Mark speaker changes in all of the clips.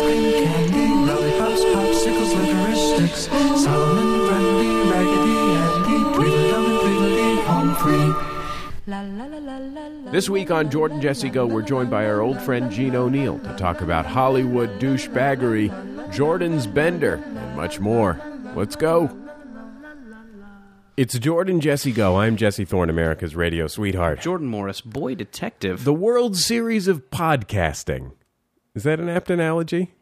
Speaker 1: cream, candy, lollipops, popsicles, licorice sticks, Solomon, brandy, raggedy, Andy, Tweedledum and Tweedledee, home free.
Speaker 2: La, la, la, la, la, la,
Speaker 3: This week on Jordan Jesse Go, we're joined by our old friend Gene O'Neill to talk about Hollywood douchebaggery, Jordan's Bender, and much more. Let's go. It's Jordan Jesse Go. I'm Jesse Thorne, America's radio sweetheart.
Speaker 4: Jordan Morris, boy detective.
Speaker 3: The World Series of Podcasting. Is that an apt analogy?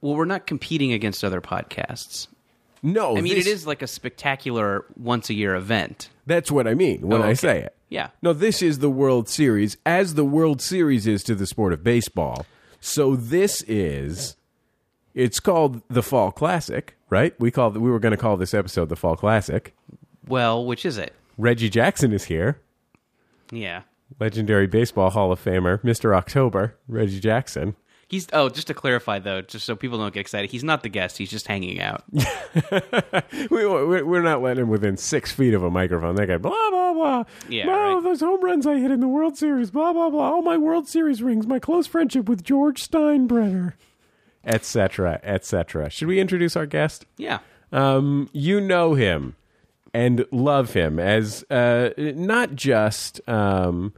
Speaker 4: well, we're not competing against other podcasts.
Speaker 3: No.
Speaker 4: I mean,
Speaker 3: Oh, this-
Speaker 4: it is like a spectacular once a year event.
Speaker 3: That's what I mean when
Speaker 4: Oh,
Speaker 3: I
Speaker 4: okay.
Speaker 3: say it.
Speaker 4: Yeah.
Speaker 3: No, this is the World Series, as the World Series is to the sport of baseball. So this is, it's called the Fall Classic, right? We call we were going to call this episode the Fall Classic.
Speaker 4: Well, which is it?
Speaker 3: Reggie Jackson is here,
Speaker 4: Yeah.
Speaker 3: legendary baseball Hall of Famer, Mister October, Reggie Jackson.
Speaker 4: He's oh, just to clarify though, just so people don't get excited, he's not the guest. He's just hanging out.
Speaker 3: We, we- we're not letting him within six feet of a microphone. That guy, blah, blah, blah.
Speaker 4: Yeah,
Speaker 3: Wow,
Speaker 4: right.
Speaker 3: those home runs I hit in the World Series, blah, blah, blah. All my World Series rings, my close friendship with George Steinbrenner, et cetera, et cetera. Should we introduce our guest?
Speaker 4: Yeah.
Speaker 3: Um, you know him and love him as uh, not just um,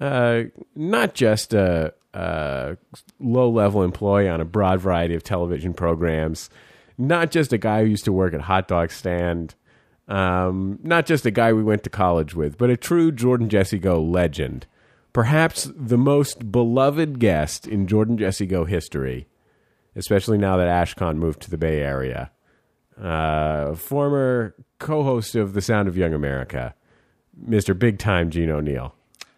Speaker 3: uh, not just a, a low level employee on a broad variety of television programs, not just a guy who used to work at a hot dog stand, um, not just a guy we went to college with, but a true Jordan Jesse Go legend. Perhaps the most beloved guest in Jordan Jesse Go history, especially now that Ashcon moved to the Bay Area uh, former co-host of The Sound of Young America, Mr. Big Time Gene O'Neill.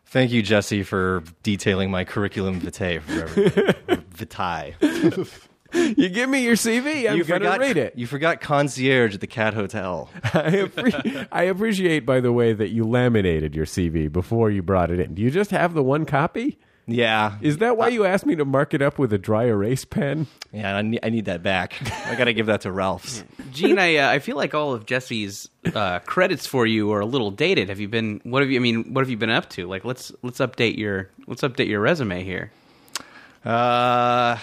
Speaker 5: Thank you, Jesse, for detailing my curriculum vitae for everybody. vitae.
Speaker 3: You give me your CV, I'm going to read it.
Speaker 5: You forgot concierge at the Cat Hotel.
Speaker 3: I, appre- I appreciate, by the way, that you laminated your CV before you brought it in. Do you just have the one copy?
Speaker 5: Yeah,
Speaker 3: Is that why you asked me to mark it up with a dry erase pen?
Speaker 5: yeah. I need, I need that back. I gotta give that to Ralph's.
Speaker 4: Gene, I uh, I feel like all of Jesse's uh, credits for you are a little dated. Have you been? What have you? I mean, what have you been up to? Like, let's let's update your let's update your resume here.
Speaker 5: Uh,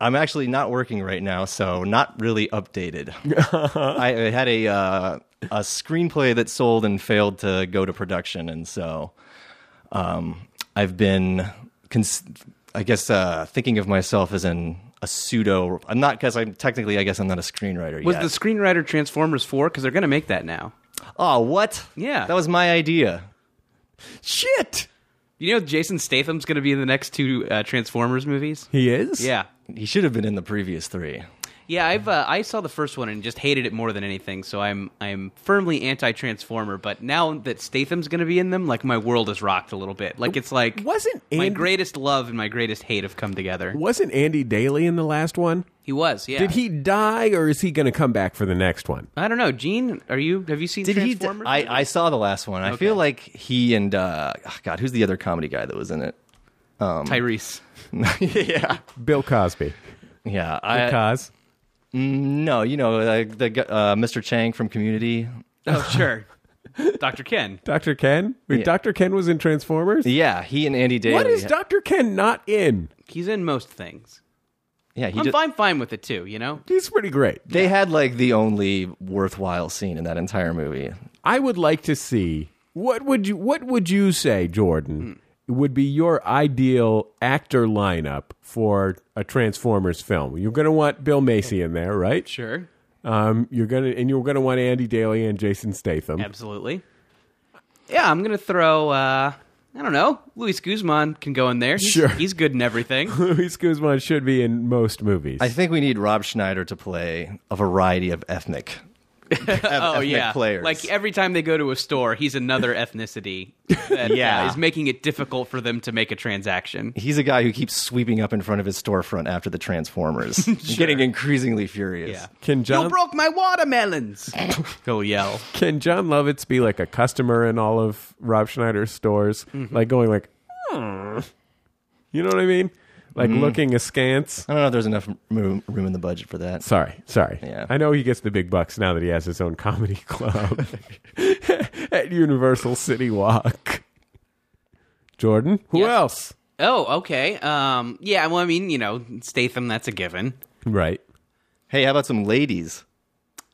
Speaker 5: I'm actually not working right now, so not really updated. I, I had a uh, a screenplay that sold and failed to go to production, and so um, I've been, cons- I guess, uh, thinking of myself as an a pseudo. I'm not because I'm technically, I guess, I'm not a screenwriter
Speaker 4: Was
Speaker 5: yet.
Speaker 4: the screenwriter Transformers four? Because they're going to make that now.
Speaker 5: oh, what?
Speaker 4: Yeah.
Speaker 5: that was my idea.
Speaker 3: Shit!
Speaker 4: You know, Jason Statham's going to be in the next two uh, Transformers movies.
Speaker 3: He is?
Speaker 4: Yeah,
Speaker 5: He should have been in the previous three.
Speaker 4: yeah. I've uh, I saw the first one and just hated it more than anything. So I'm I'm firmly anti Transformer. But now that Statham's going to be in them, like my world is rocked a little bit. Like it's like
Speaker 3: Wasn't
Speaker 4: my
Speaker 3: Andy-
Speaker 4: greatest love and my greatest hate have come together.
Speaker 3: Wasn't Andy Daly in the last one?
Speaker 4: He was, yeah.
Speaker 3: Did he die or is he going to come back for the next one?
Speaker 4: I don't know, Gene. Are you? Have you seen
Speaker 5: Did he?
Speaker 4: Transformers?
Speaker 5: I, I saw the last one. I feel like he and uh, oh, God, who's the other comedy guy that was in it?
Speaker 4: Um, Tyrese.
Speaker 5: yeah,
Speaker 3: Bill Cosby.
Speaker 5: yeah.
Speaker 3: Uh,
Speaker 5: I,
Speaker 3: Cos.
Speaker 5: no, you know, like the gu- uh, Mr. Chang from Community.
Speaker 4: Oh sure, Doctor Ken.
Speaker 3: Dr. Ken? Wait,
Speaker 5: Yeah.
Speaker 3: Dr. Ken was in Transformers?
Speaker 5: Yeah, he and Andy Daly.
Speaker 3: What is Dr. Ken not in?
Speaker 4: He's in most things.
Speaker 5: Yeah, he
Speaker 4: I'm
Speaker 5: ju-
Speaker 4: fine, fine with it too. You know.
Speaker 3: He's pretty great.
Speaker 5: They had like the only worthwhile scene in that entire movie.
Speaker 3: I would like to see what would you what would you say, Jordan, would be your ideal actor lineup for a Transformers film? You're gonna want Bill Macy in there, right?
Speaker 4: Sure.
Speaker 3: Um, you're gonna and you're gonna want Andy Daly and Jason Statham.
Speaker 4: Absolutely. Yeah, I'm gonna throw. uh I don't know. Luis Guzman can go in there. He's,
Speaker 3: Sure.
Speaker 4: He's good in everything.
Speaker 3: Luis Guzman should be in most movies.
Speaker 5: I think we need Rob Schneider to play a variety of ethnic.
Speaker 4: oh
Speaker 5: ethnic
Speaker 4: yeah.
Speaker 5: players.
Speaker 4: Like every time they go to a store, he's another ethnicity. That, uh,
Speaker 5: Yeah.
Speaker 4: is making it difficult for them to make a transaction.
Speaker 5: He's a guy who keeps sweeping up in front of his storefront after the Transformers, getting increasingly furious.
Speaker 4: Yeah.
Speaker 3: can
Speaker 4: you
Speaker 3: John
Speaker 4: broke my watermelons. He'll yell.
Speaker 3: can John Lovitz be like a customer in all of Rob Schneider's stores? Like going like "Hmm, You know what I mean? Like looking askance.
Speaker 5: I don't know if there's enough room, room in the budget for that.
Speaker 3: Sorry, sorry.
Speaker 5: Yeah.
Speaker 3: I know he gets the big bucks now that he has his own comedy club at Universal City Walk. Jordan, who
Speaker 4: Yes.
Speaker 3: else?
Speaker 4: Oh, okay. Um, yeah. Well, I mean, you know, Statham. That's a given.
Speaker 3: Right.
Speaker 5: Hey, how about some ladies?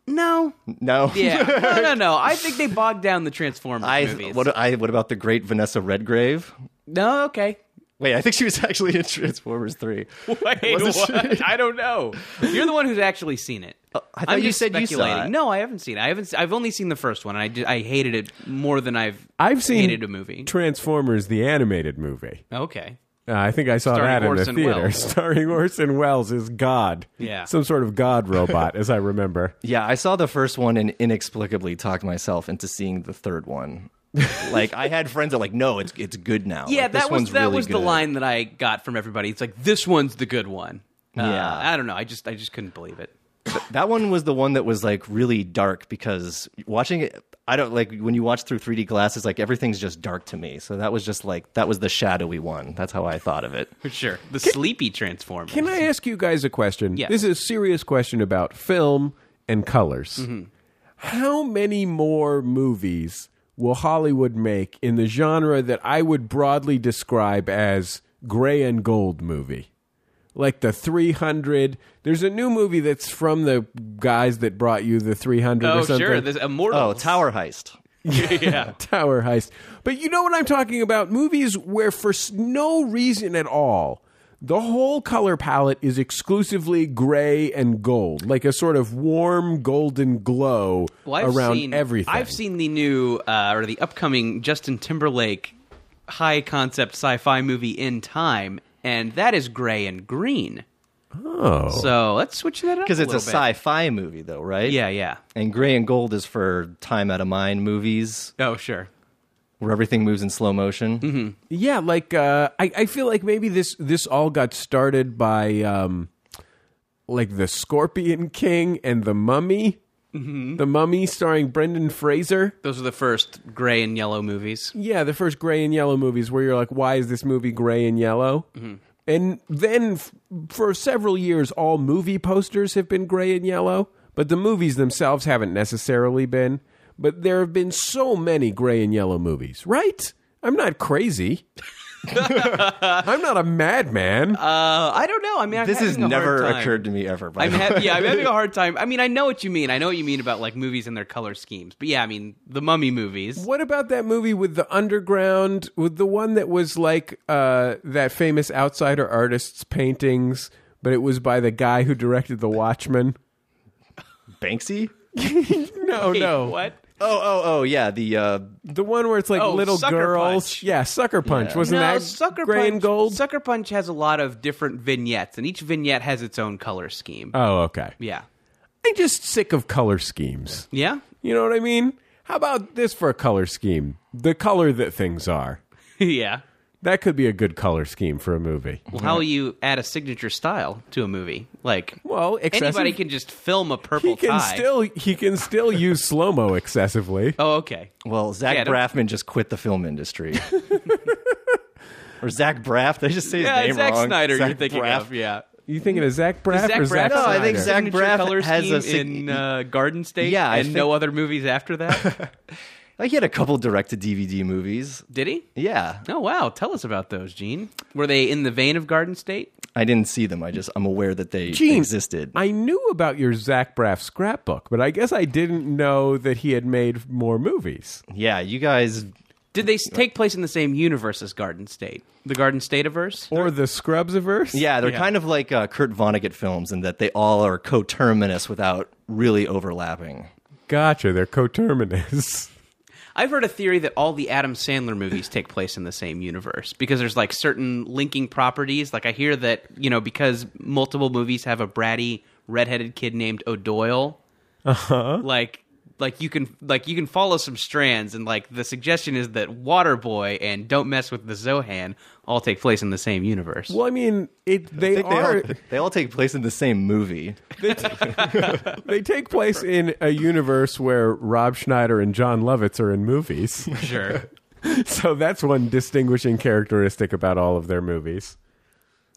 Speaker 4: No.
Speaker 5: No.
Speaker 4: Yeah. no, no, no. I think they bogged down the Transformers
Speaker 5: I
Speaker 4: movies.
Speaker 5: what I what about the great Vanessa Redgrave?
Speaker 4: no. Okay.
Speaker 5: Wait, I think she was actually in Transformers Three.
Speaker 4: Wait,
Speaker 5: Wasn't she- Oh,
Speaker 4: I don't know. You're the one who's actually seen it.
Speaker 5: I thought
Speaker 4: am
Speaker 5: you
Speaker 4: just
Speaker 5: said you saw
Speaker 4: speculating.
Speaker 5: it.
Speaker 4: No, I haven't seen it. I haven't. se- I've only seen the first one. And I did- I hated it more than I've
Speaker 3: I've seen
Speaker 4: hated a movie.
Speaker 3: Transformers, the animated movie.
Speaker 4: okay.
Speaker 3: Uh, I think I saw
Speaker 4: Starring
Speaker 3: that in
Speaker 4: Orson
Speaker 3: the theater.
Speaker 4: Welles.
Speaker 3: Starring Orson Welles is God.
Speaker 4: Yeah.
Speaker 3: Some sort of God robot, as I remember.
Speaker 5: Yeah, I saw the first one and inexplicably talked myself into seeing the third one. like I had friends that were like, no, it's it's good now.
Speaker 4: Yeah,
Speaker 5: Like, this
Speaker 4: that was
Speaker 5: one's
Speaker 4: that
Speaker 5: really
Speaker 4: was the
Speaker 5: good."
Speaker 4: line that I got from everybody. It's like this one's the good one. Uh,
Speaker 5: Yeah.
Speaker 4: I don't know. I just I just couldn't believe it.
Speaker 5: That one was the one that was like really dark because watching it, I don't like when you watch through 3D glasses, like everything's just dark to me. So that was just like that was the shadowy one. That's how I thought of it.
Speaker 4: For sure. The sleepy Transformers.
Speaker 3: Can I ask you guys a question?
Speaker 4: Yes.
Speaker 3: This is a serious question about film and colors.
Speaker 4: Mm-hmm.
Speaker 3: How many more movies will Hollywood make in the genre that I would broadly describe as gray and gold movie? Like the 300. There's a new movie that's from the guys that brought you the 300 or
Speaker 4: Oh,
Speaker 3: something.
Speaker 4: sure. There's
Speaker 5: Oh,
Speaker 4: Immortals.
Speaker 5: Tower Heist.
Speaker 4: yeah.
Speaker 3: tower heist. But you know what I'm talking about? Movies where, for s- no reason at all, the whole color palette is exclusively gray and gold, like a sort of warm golden glow
Speaker 4: Well, I've
Speaker 3: around
Speaker 4: seen,
Speaker 3: everything.
Speaker 4: I've seen the new uh, or the upcoming Justin Timberlake high concept sci-fi movie In Time, and that is gray and green. Oh, so let's switch that up
Speaker 5: Because it's a,
Speaker 4: little bit.
Speaker 5: sci-fi movie though, right?
Speaker 4: Yeah, yeah.
Speaker 5: And Gray and Gold is for Time Out of Mind movies
Speaker 4: Oh, sure.
Speaker 5: where everything moves in slow motion. Mm-hmm.
Speaker 3: yeah, like uh, I, I feel like maybe this this all got started by um, like the Scorpion King and the Mummy.
Speaker 4: Mm-hmm.
Speaker 3: The Mummy, starring Brendan Fraser.
Speaker 4: Those are the first gray and yellow movies.
Speaker 3: Yeah, the first gray and yellow movies where you're like, why is this movie gray and yellow? And then f- for several years, all movie posters have been gray and yellow, but the movies themselves haven't necessarily been. But there have been so many gray and yellow movies, right? I'm not crazy. I'm not a madman.
Speaker 4: Uh, I don't know. I mean, I'm
Speaker 5: This has
Speaker 4: having a hard
Speaker 5: never
Speaker 4: time.
Speaker 5: occurred to me ever. By
Speaker 4: I'm
Speaker 5: the way.
Speaker 4: ha- yeah, I'm having a hard time. I mean, I know what you mean. I know what you mean about like movies and their color schemes. But yeah, I mean, the Mummy movies.
Speaker 3: what about that movie with the underground, with the one that was like uh, that famous outsider artist's paintings, but it was by the guy who directed The Watchmen?
Speaker 5: Banksy.
Speaker 3: No,
Speaker 4: Wait,
Speaker 3: no.
Speaker 4: What?
Speaker 5: Oh, oh, oh, yeah. The uh,
Speaker 3: The one where it's like
Speaker 4: Oh,
Speaker 3: little
Speaker 4: Sucker
Speaker 3: girls.
Speaker 4: Punch.
Speaker 3: Yeah, Sucker Punch. Wasn't
Speaker 4: no,
Speaker 3: that
Speaker 4: Sucker
Speaker 3: gray
Speaker 4: Punch.
Speaker 3: and gold?
Speaker 4: Sucker Punch has a lot of different vignettes, and each vignette has its own color scheme.
Speaker 3: oh, okay.
Speaker 4: yeah,
Speaker 3: I'm just sick of color schemes.
Speaker 4: yeah.
Speaker 3: You know what I mean? How about this for a color scheme? The color that things are.
Speaker 4: yeah.
Speaker 3: That could be a good color scheme for a movie.
Speaker 4: Well, how will you add a signature style to a movie? Like,
Speaker 3: Well, excessive-
Speaker 4: anybody can just film a purple
Speaker 3: He can
Speaker 4: tie.
Speaker 3: still he can still use slow mo excessively.
Speaker 4: oh, okay.
Speaker 5: well, Zach
Speaker 4: Yeah, don't-
Speaker 5: Braffman just quit the film industry. or Zach Braff. They just say his
Speaker 4: Yeah,
Speaker 5: name
Speaker 4: Zack
Speaker 5: wrong.
Speaker 4: Snyder.
Speaker 5: Zach
Speaker 4: you're thinking
Speaker 5: Braff.
Speaker 4: of yeah.
Speaker 3: You thinking of Zach Braff
Speaker 4: Zach
Speaker 3: or Zach?
Speaker 4: Braff.
Speaker 5: No, I think
Speaker 3: Snyder?
Speaker 5: Zack
Speaker 4: signature
Speaker 5: Braff
Speaker 4: color
Speaker 5: has a
Speaker 4: scheme
Speaker 5: sig-
Speaker 4: in uh, Garden State.
Speaker 5: Yeah, I
Speaker 4: and no other movies after that.
Speaker 5: Like he had a couple direct to DVD movies.
Speaker 4: Did he?
Speaker 5: Yeah,
Speaker 4: Oh wow! Tell us about those, Gene. Were they in the vein of Garden State?
Speaker 5: I didn't see them. I just I'm aware that they
Speaker 3: Gene,
Speaker 5: existed.
Speaker 3: I knew about your Zach Braff scrapbook, but I guess I didn't know that he had made more movies.
Speaker 5: yeah, you guys
Speaker 4: Did they s- take place in the same universe as Garden State? The Garden Stateverse?
Speaker 3: Or the Scrubs averse?
Speaker 5: Yeah, they're kind of like uh, Kurt Vonnegut films in that they all are coterminous without really overlapping.
Speaker 3: Gotcha, they're coterminous.
Speaker 4: I've heard a theory that all the Adam Sandler movies take place in the same universe because there's like certain linking properties. Like I hear that, you know, because multiple movies have a bratty redheaded kid named O'Doyle. Uh-huh. Like like you can like you can follow some strands and like the suggestion is that Waterboy and Don't Mess with the Zohan all take place in the same universe.
Speaker 3: Well, I mean, it
Speaker 5: I
Speaker 3: they
Speaker 5: think
Speaker 3: are
Speaker 5: They all, they all take place in the same movie.
Speaker 3: they take place in a universe where Rob Schneider and John Lovitz are in movies.
Speaker 4: Sure.
Speaker 3: so that's one distinguishing characteristic about all of their movies.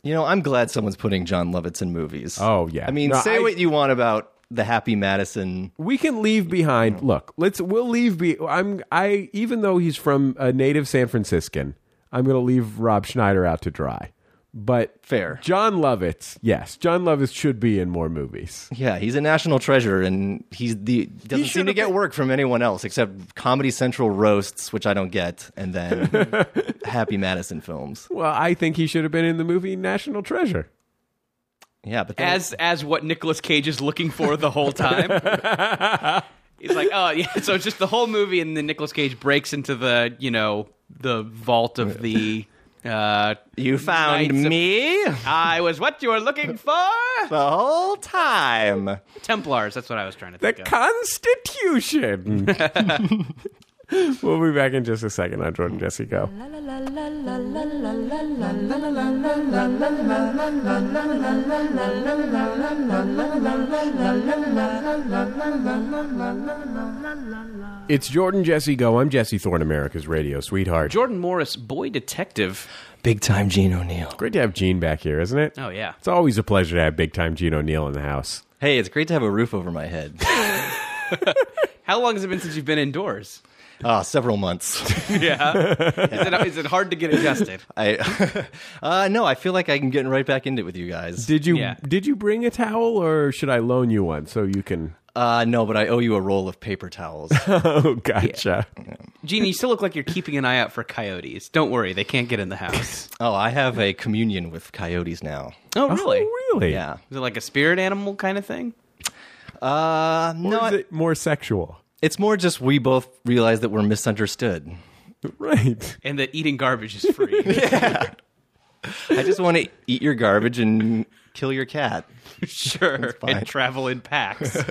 Speaker 5: You know, I'm glad someone's putting John Lovitz in movies.
Speaker 3: Oh, yeah.
Speaker 5: I mean,
Speaker 3: No,
Speaker 5: say
Speaker 3: I-
Speaker 5: what you want about the Happy Madison.
Speaker 3: we can leave behind. Look, let's we'll leave be. I'm I even though he's from a native San Franciscan, I'm going to leave Rob Schneider out to dry. But
Speaker 5: Fair.
Speaker 3: John Lovitz, yes, John Lovitz should be in more movies.
Speaker 5: Yeah, he's a national treasure, and he's the doesn't seem
Speaker 3: should've
Speaker 5: to get
Speaker 3: been-
Speaker 5: work from anyone else except Comedy Central roasts, which I don't get, and then Happy Madison films.
Speaker 3: Well, I think he should have been in the movie National Treasure.
Speaker 5: Yeah, but then-
Speaker 4: as as what Nicolas Cage is looking for the whole time. He's like, oh yeah. So it's just the whole movie, and then Nicolas Cage breaks into the you know the vault of the. Uh,
Speaker 5: you found
Speaker 4: Knights of-
Speaker 5: me
Speaker 4: I was what you were looking for.
Speaker 5: the whole time.
Speaker 4: Templars. That's what I was trying to
Speaker 3: The
Speaker 4: think of.
Speaker 3: Constitution. we'll be back in just a second on Jordan Jesse Go. It's Jordan Jesse Go. I'm Jesse Thorne, America's radio sweetheart.
Speaker 4: Jordan Morris, boy detective.
Speaker 5: Big time Gene O'Neill.
Speaker 3: Great to have Gene back here, isn't it?
Speaker 4: Oh yeah.
Speaker 3: It's always a pleasure to have big time Gene O'Neill in the house.
Speaker 5: Hey, it's great to have a roof over my head.
Speaker 4: How long has it been since you've been indoors?
Speaker 5: Ah, several months.
Speaker 4: Yeah. is, it, is it hard to get adjusted?
Speaker 5: I uh, no, I feel like I'm getting right back into it with you guys.
Speaker 3: Did you
Speaker 4: Yeah.
Speaker 3: did you bring a towel or should I loan you one so you can
Speaker 5: Uh, no, but I owe you a roll of paper towels.
Speaker 3: Oh gotcha.
Speaker 4: Gene, you still look like you're keeping an eye out for coyotes. Don't worry, they can't get in the house.
Speaker 5: oh, I have a communion with coyotes now.
Speaker 4: Oh really?
Speaker 3: Oh, really?
Speaker 5: Yeah.
Speaker 4: Is it like a spirit animal kind of thing?
Speaker 5: Uh,
Speaker 3: Or
Speaker 5: no,
Speaker 3: is
Speaker 5: I-
Speaker 3: it more sexual?
Speaker 5: It's more just we both realize that we're misunderstood.
Speaker 3: Right.
Speaker 4: And that eating garbage is free.
Speaker 5: I just want to eat your garbage and kill your cat.
Speaker 4: sure.
Speaker 5: fine.
Speaker 4: And travel in packs.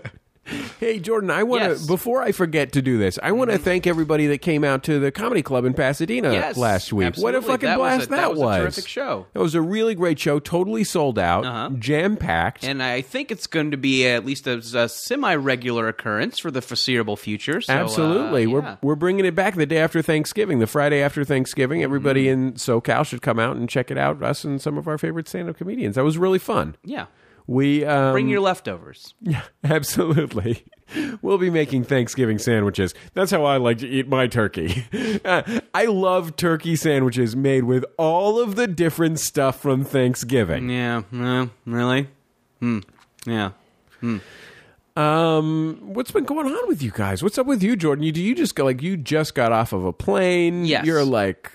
Speaker 3: Hey, Jordan, I want to,
Speaker 4: Yes. Mm-hmm.
Speaker 3: before I forget to do this, I want to thank everybody that came out to the comedy club in Pasadena
Speaker 4: Yes,
Speaker 3: last week. What a fucking
Speaker 4: absolutely. That was a-
Speaker 3: blast
Speaker 4: that
Speaker 3: that
Speaker 4: was a terrific show.
Speaker 3: That was a really great show, totally sold out,
Speaker 4: Uh-huh.
Speaker 3: jam packed.
Speaker 4: and I think it's going to be at least a, semi regular occurrence for the foreseeable future. So, uh,
Speaker 3: Absolutely.
Speaker 4: yeah.
Speaker 3: We're, we're bringing it back the day after Thanksgiving, the Friday after Thanksgiving.
Speaker 4: Mm-hmm.
Speaker 3: Everybody in SoCal should come out and check it out, us and some of our favorite stand up comedians. That was really fun.
Speaker 4: yeah.
Speaker 3: We um,
Speaker 4: Bring your leftovers.
Speaker 3: Yeah, absolutely. We'll be making Thanksgiving sandwiches. That's how I like to eat my turkey. Uh, I love turkey sandwiches made with all of the different stuff from Thanksgiving.
Speaker 4: Yeah. No, really? Hmm. Yeah.
Speaker 3: Um, what's been going on with you guys? What's up with you, Jordan? You do you just go like you just got off of a plane?
Speaker 4: Yes.
Speaker 3: You're like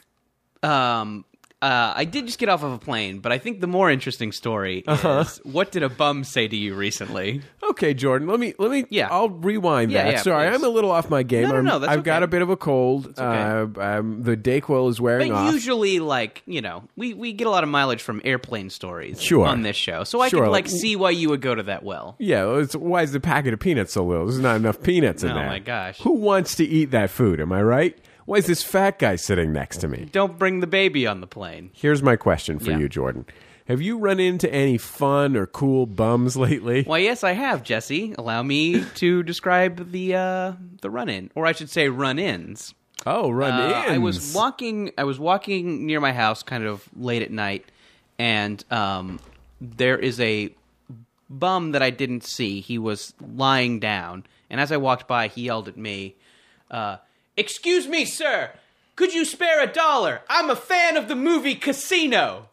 Speaker 4: Um, uh, I did just get off of a plane, but I think the more interesting story is
Speaker 3: Uh-huh.
Speaker 4: what did a bum say to you recently?
Speaker 3: Okay, Jordan. Let me let me.
Speaker 4: Yeah.
Speaker 3: I'll rewind
Speaker 4: Yeah,
Speaker 3: that.
Speaker 4: yeah,
Speaker 3: Sorry,
Speaker 4: please.
Speaker 3: I'm a little off my game.
Speaker 4: No, no,
Speaker 3: I'm-
Speaker 4: no, that's
Speaker 3: I've got
Speaker 4: okay.
Speaker 3: a bit of a cold.
Speaker 4: okay.
Speaker 3: Uh, um, the Dayquil is
Speaker 4: But
Speaker 3: wearing off.
Speaker 4: usually, like you know, we, we get a lot of mileage from airplane stories
Speaker 3: Sure.
Speaker 4: on this show, so I
Speaker 3: Sure.
Speaker 4: could like see why you would go to that well.
Speaker 3: Yeah, it's, why is the packet of peanuts so little? There's not enough peanuts in
Speaker 4: Oh,
Speaker 3: that.
Speaker 4: my gosh.
Speaker 3: Who wants to eat that food? Am I right? Why is this fat guy sitting next to me?
Speaker 4: Don't bring the baby on the plane.
Speaker 3: Here's my question for
Speaker 4: Yeah.
Speaker 3: you, Jordan. Have you run into any fun or cool bums lately?
Speaker 4: Why, yes, I have, Jesse. Allow me to describe the uh, the run in, or I should say, run ins.
Speaker 3: Oh, run
Speaker 4: Uh,
Speaker 3: in.
Speaker 4: I was walking. I was walking near my house, kind of late at night, and um, there is a bum that I didn't see. He was lying down, and as I walked by, he yelled at me, uh, "Excuse me, sir." Could you spare a dollar? I'm a fan of the movie Casino.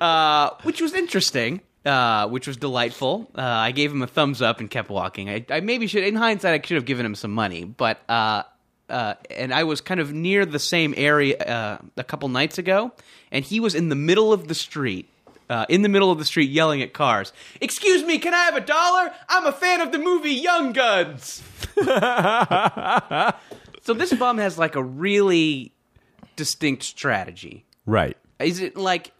Speaker 4: uh, which was interesting, uh, which was delightful. Uh, I gave him a thumbs up and kept walking. I, I maybe should, in hindsight, I should have given him some money, but uh, uh, and I was kind of near the same area uh, a couple nights ago, and he was in the middle of the street. Uh, in the middle of the street, yelling at cars. Excuse me, can I have a dollar? I'm a fan of the movie Young Guns. so this bum has like a really distinct strategy.
Speaker 3: right.
Speaker 4: Is it like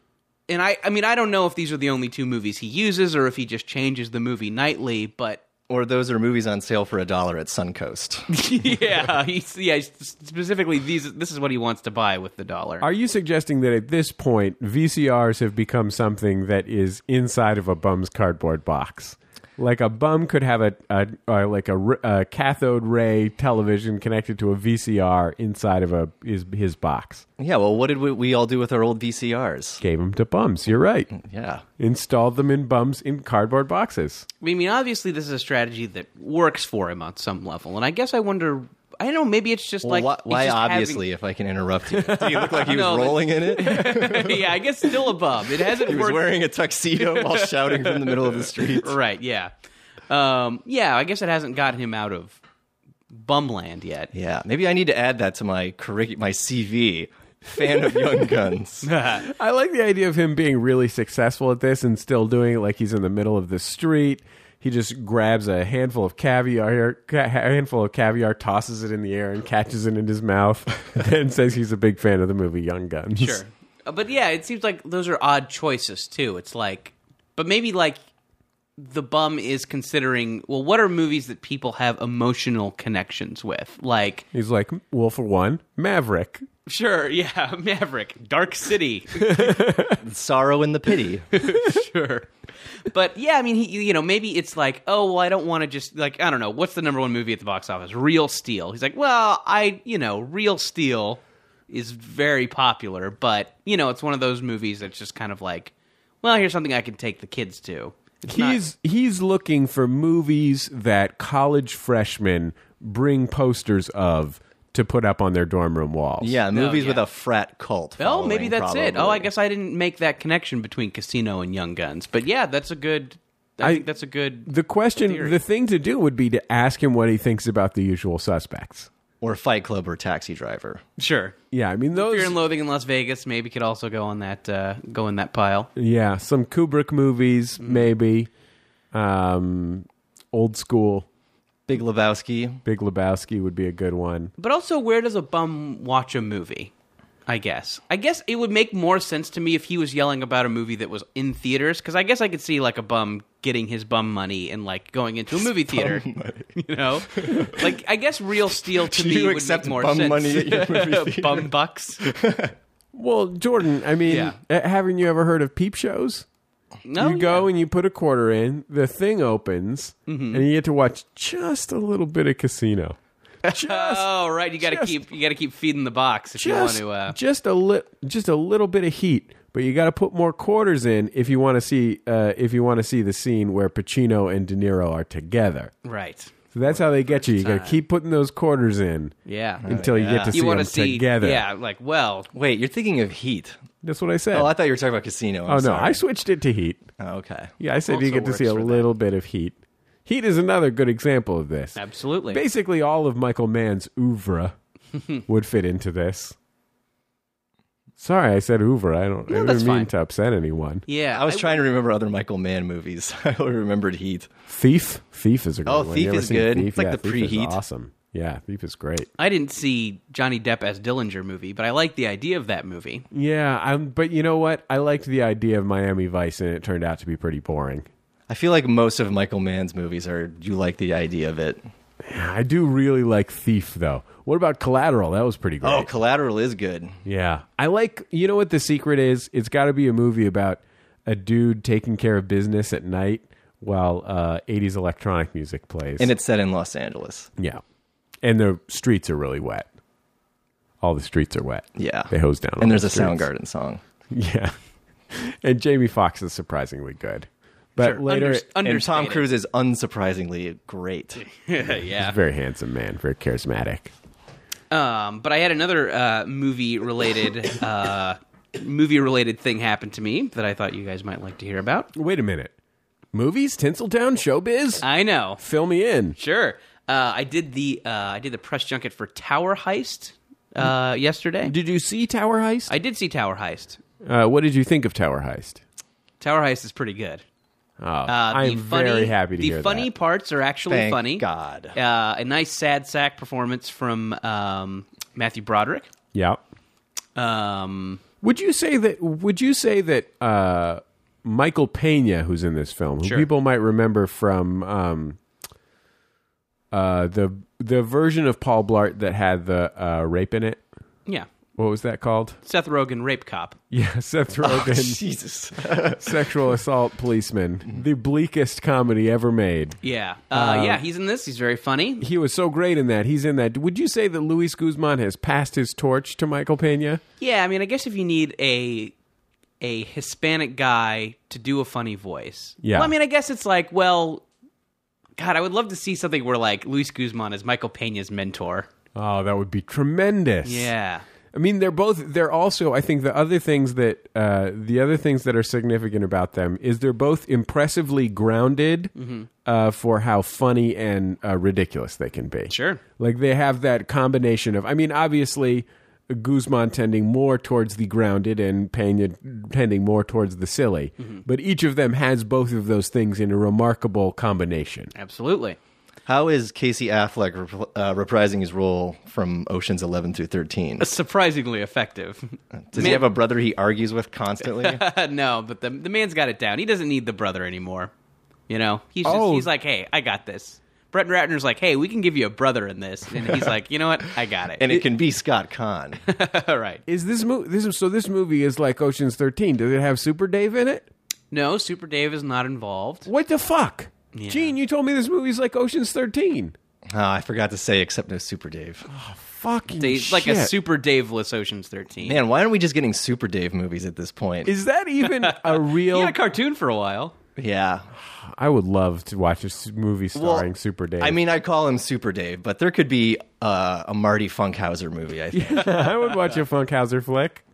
Speaker 4: and I I mean I don't know if these are the only two movies he uses or if he just changes the movie nightly, but
Speaker 5: Or those are movies on sale for a dollar at Suncoast.
Speaker 4: yeah, he's yeah, he's- specifically these this is what he wants to buy with the dollar.
Speaker 3: Are you suggesting that at this point VCRs have become something that is inside of a bum's cardboard box? like a bum could have a, a, a like a, r- a cathode ray television connected to a VCR inside of a his, his box.
Speaker 5: Yeah, well, what did we, we all do with our old VCRs?
Speaker 3: Gave them to bums. You're right.
Speaker 5: Yeah.
Speaker 3: Installed them in bums in cardboard boxes.
Speaker 4: I mean, obviously, this is a strategy that works for him on some level, and I guess I wonder. I don't know. Maybe it's just
Speaker 5: Well,
Speaker 4: like
Speaker 5: why,
Speaker 4: he's
Speaker 5: why
Speaker 4: just having-
Speaker 5: obviously, if I can interrupt you? Did he look like he was
Speaker 4: No, but-
Speaker 5: rolling in it?
Speaker 4: yeah, I guess still a bum. It hasn't
Speaker 5: He was
Speaker 4: worked.
Speaker 5: wearing a tuxedo while shouting from the middle of the street.
Speaker 4: right. Yeah. Um, yeah. I guess it hasn't gotten him out of bumland yet.
Speaker 5: Yeah, maybe I need to add that to my curric- my CV. Fan of Young Guns.
Speaker 3: I like the idea of him being really successful at this and still doing it like he's in the middle of the street. He just grabs a handful of caviar, ca- handful of caviar, tosses it in the air and catches it in his mouth, and then says he's a big fan of the movie Young Guns.
Speaker 4: Sure. Uh, But yeah, it seems like those are odd choices too. It's like, but maybe like the bum is considering, well, what are movies that people have emotional connections with? Like,
Speaker 3: He's like, well, for one, Maverick.
Speaker 4: sure, yeah, Maverick, Dark City,
Speaker 5: Sorrow and the Pity.
Speaker 4: sure. But yeah, I mean, he, you know, maybe it's like, oh, well, I don't want to just like, I don't know, what's the number one movie at the box office? Real Steel. He's like, well, I, you know, Real Steel is very popular, but you know, it's one of those movies that's just kind of like, well, here's something I can take the kids to. It's not-
Speaker 3: He's he's looking for movies that college freshmen bring posters of to put up on their dorm room walls.
Speaker 5: Yeah, movies
Speaker 4: yeah.
Speaker 5: with a frat cult.
Speaker 4: Oh, maybe
Speaker 5: following,
Speaker 4: that's it. Oh, I
Speaker 5: probably.
Speaker 4: guess I didn't make that connection between Casino and Young Guns. But yeah, that's a good. I,
Speaker 3: I-
Speaker 4: think that's a good.
Speaker 3: The question,
Speaker 4: Theory.
Speaker 3: the thing to do would be to ask him what he thinks about the usual suspects.
Speaker 5: Or Fight Club or Taxi Driver.
Speaker 4: Sure.
Speaker 3: Yeah, I mean
Speaker 4: Fear
Speaker 3: those.
Speaker 4: and Loathing in Las Vegas maybe could also go on that uh, go in that pile.
Speaker 3: yeah, some Kubrick movies,
Speaker 4: Mm-hmm.
Speaker 3: maybe. Um, old school.
Speaker 5: Big Lebowski.
Speaker 3: Big Lebowski would be a good one.
Speaker 4: But also, where does a bum watch a movie? I guess. I guess it would make more sense to me if he was yelling about a movie that was in theaters, because I guess I could see like a bum getting his bum money and like going into a movie theater. You know, like I guess Real Steel to
Speaker 5: Do
Speaker 4: me
Speaker 5: you
Speaker 4: would
Speaker 5: accept
Speaker 4: make more
Speaker 5: bum
Speaker 4: sense.
Speaker 5: money at your movie theater?
Speaker 4: bum bucks.
Speaker 3: Well, Jordan, I mean,
Speaker 4: Yeah. Oh,
Speaker 3: uh, haven't you ever heard of peep shows?
Speaker 4: No,
Speaker 3: you go and you put a quarter in, the thing opens,
Speaker 4: Mm-hmm.
Speaker 3: and you get to watch just a little bit of casino. Just
Speaker 4: Oh right, you got to
Speaker 3: just-
Speaker 4: keep you got to keep feeding the box if
Speaker 3: just,
Speaker 4: you want to. Uh,
Speaker 3: just a li- just a little bit of heat, but you got to put more quarters in if you want to see uh, if you want to see the scene where Pacino and De Niro are together.
Speaker 4: right.
Speaker 3: So that's how they get you. You got to keep putting those quarters in
Speaker 4: Oh, Yeah.
Speaker 3: until you get to
Speaker 4: you
Speaker 3: see
Speaker 4: want
Speaker 3: them
Speaker 4: to see
Speaker 3: together.
Speaker 4: Yeah, like well,
Speaker 5: Wait, you're thinking of Heat.
Speaker 3: That's what I said.
Speaker 5: Oh,
Speaker 3: Oh,
Speaker 5: I thought you were talking about Casino. I'm
Speaker 3: no,
Speaker 5: sorry.
Speaker 3: I switched it to heat.
Speaker 5: Oh, okay.
Speaker 3: Yeah, I said you
Speaker 5: Also
Speaker 3: get to see a
Speaker 5: works for that.
Speaker 3: little bit of heat. Heat is another good example of this.
Speaker 4: absolutely.
Speaker 3: Basically, all of Michael Mann's oeuvre would fit into this. Sorry, I said oeuvre. I don't. I didn't
Speaker 4: that's
Speaker 3: mean
Speaker 4: fine.
Speaker 3: to upset anyone.
Speaker 4: yeah,
Speaker 5: I was trying to remember other Michael Mann movies. I only remembered Heat.
Speaker 3: Thief. Thief is a good
Speaker 5: Oh,
Speaker 3: one.
Speaker 5: Thief
Speaker 3: You ever
Speaker 5: is
Speaker 3: seen
Speaker 5: good.
Speaker 3: Thief?
Speaker 5: It's like
Speaker 3: Yeah,
Speaker 5: the
Speaker 3: Thief is
Speaker 5: preheat.
Speaker 3: Awesome. Yeah, Thief is great.
Speaker 4: I didn't see Johnny Depp as Dillinger movie, but I like the idea of that movie.
Speaker 3: Yeah, I'm, but you know what? I liked the idea of Miami Vice, and it turned out to be pretty boring.
Speaker 5: I feel like most of Michael Mann's movies are you like the idea of it.
Speaker 3: I do really like Thief, though. What about Collateral? That was pretty great.
Speaker 5: Oh, Collateral is good.
Speaker 3: Yeah. I like, you know what the secret is? It's got to be a movie about a dude taking care of business at night while uh, 80s electronic music plays.
Speaker 5: And it's set in Los Angeles.
Speaker 3: yeah. And the streets are really wet. All the streets are wet.
Speaker 5: Yeah.
Speaker 3: They hose down. all
Speaker 5: And there's
Speaker 3: the
Speaker 5: a
Speaker 3: streets.
Speaker 5: Soundgarden song.
Speaker 3: Yeah. and Jamie Foxx is surprisingly good. But
Speaker 4: Sure,
Speaker 3: later,
Speaker 4: underst-
Speaker 5: And Tom
Speaker 4: understated.
Speaker 5: Cruise is unsurprisingly great.
Speaker 4: yeah.
Speaker 3: very handsome man, very charismatic.
Speaker 4: Um, but I had another uh, movie related uh, movie related thing happen to me that I thought you guys might like to hear about.
Speaker 3: Wait a minute. Movies, Tinseltown, Showbiz?
Speaker 4: I know.
Speaker 3: Fill me in.
Speaker 4: Sure. Uh, I did the uh, I did the press junket for Tower Heist uh, yesterday.
Speaker 3: Did you see Tower Heist?
Speaker 4: I did see Tower Heist.
Speaker 3: Uh, what did you think of Tower Heist?
Speaker 4: Tower Heist is pretty good.
Speaker 3: Oh,
Speaker 4: Uh, the
Speaker 3: I'm
Speaker 4: funny-
Speaker 3: very happy to
Speaker 4: the
Speaker 3: hear
Speaker 4: funny
Speaker 3: that.
Speaker 4: parts are actually
Speaker 5: Thank
Speaker 4: funny.
Speaker 5: God.
Speaker 4: Uh, a nice sad sack performance from um, Matthew Broderick.
Speaker 3: Yeah.
Speaker 4: Um,
Speaker 3: Would you say that? Would you say that uh, Michael Pena, who's in this film, who
Speaker 4: Sure.
Speaker 3: people might remember from um, uh, the the version of Paul Blart that had the uh, rape in it?
Speaker 4: yeah,
Speaker 3: what was that called?
Speaker 4: Seth Rogen rape cop.
Speaker 3: Yeah, Seth Rogen,
Speaker 5: Jesus.
Speaker 3: sexual assault policeman, the bleakest comedy ever made.
Speaker 4: Yeah, uh,
Speaker 3: Um,
Speaker 4: yeah, he's in this. He's very funny.
Speaker 3: He was so great in that. He's in that. Would you say that Luis Guzman has passed his torch to Michael Pena?
Speaker 4: Yeah, I mean, I guess if you need a a Hispanic guy to do a funny voice,
Speaker 3: Yeah.
Speaker 4: Well, I mean, I guess it's like, well, God, I would love to see something where like Luis Guzman is Michael Pena's mentor.
Speaker 3: Oh, that would be tremendous.
Speaker 4: Yeah,
Speaker 3: I mean, they're both. They're also. I think the other things that uh, the other things that are significant about them is they're both impressively grounded uh, for how funny and uh, ridiculous they can be.
Speaker 4: Sure.
Speaker 3: like they have that combination of. I mean, obviously, Guzman tending more towards the grounded and Pena tending more towards the silly, but each of them has both of those things in a remarkable combination.
Speaker 4: absolutely.
Speaker 5: How is Casey Affleck rep- uh, reprising his role from Oceans 11 through 13?
Speaker 4: Surprisingly effective.
Speaker 5: Does he have a brother he argues with constantly?
Speaker 4: no, but the the man's got it down. He doesn't need the brother anymore. You know, he's just,
Speaker 3: Oh.
Speaker 4: he's like, hey, I got this. Brett Ratner's like, hey, we can give you a brother in this, and he's like, you know what, I got it.
Speaker 5: and it can be Scott Kahn.
Speaker 4: All right.
Speaker 3: Is this movie? This is, so. This movie is like Ocean's Thirteen. Does it have Super Dave in it?
Speaker 4: No, Super Dave is not involved.
Speaker 3: What the fuck? Gene, you told me this movie's like Ocean's 13.
Speaker 5: Ah, I forgot to say, except no Super Dave.
Speaker 3: Fucking
Speaker 4: Dave,
Speaker 3: shit.
Speaker 4: like a Super Daveless Ocean's Thirteen.
Speaker 5: Man, why aren't we just getting Super Dave movies at this point?
Speaker 3: Is that even a
Speaker 4: He
Speaker 3: real?
Speaker 4: had a cartoon for a while.
Speaker 5: yeah.
Speaker 3: I would love to watch a s- movie starring
Speaker 5: Well,
Speaker 3: Super Dave.
Speaker 5: I mean, I call him Super Dave, but there could be uh, a Marty Funkhauser movie, I think.
Speaker 3: I would watch a Funkhauser flick.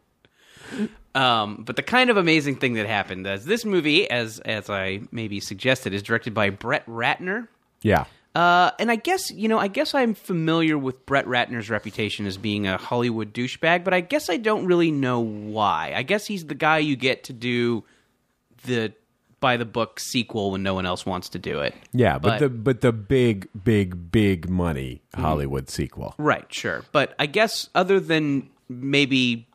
Speaker 4: Um, but the kind of amazing thing that happened is this movie, as as I maybe suggested, is directed by Brett Ratner.
Speaker 3: Yeah,
Speaker 4: Uh, and I guess you know, I guess I'm familiar with Brett Ratner's reputation as being a Hollywood douchebag, but I guess I don't really know why. I guess he's the guy you get to do the by the book sequel when no one else wants to do it.
Speaker 3: yeah, but,
Speaker 4: But-
Speaker 3: the but the big big big money Hollywood sequel.
Speaker 4: Right, sure. But I guess other than maybe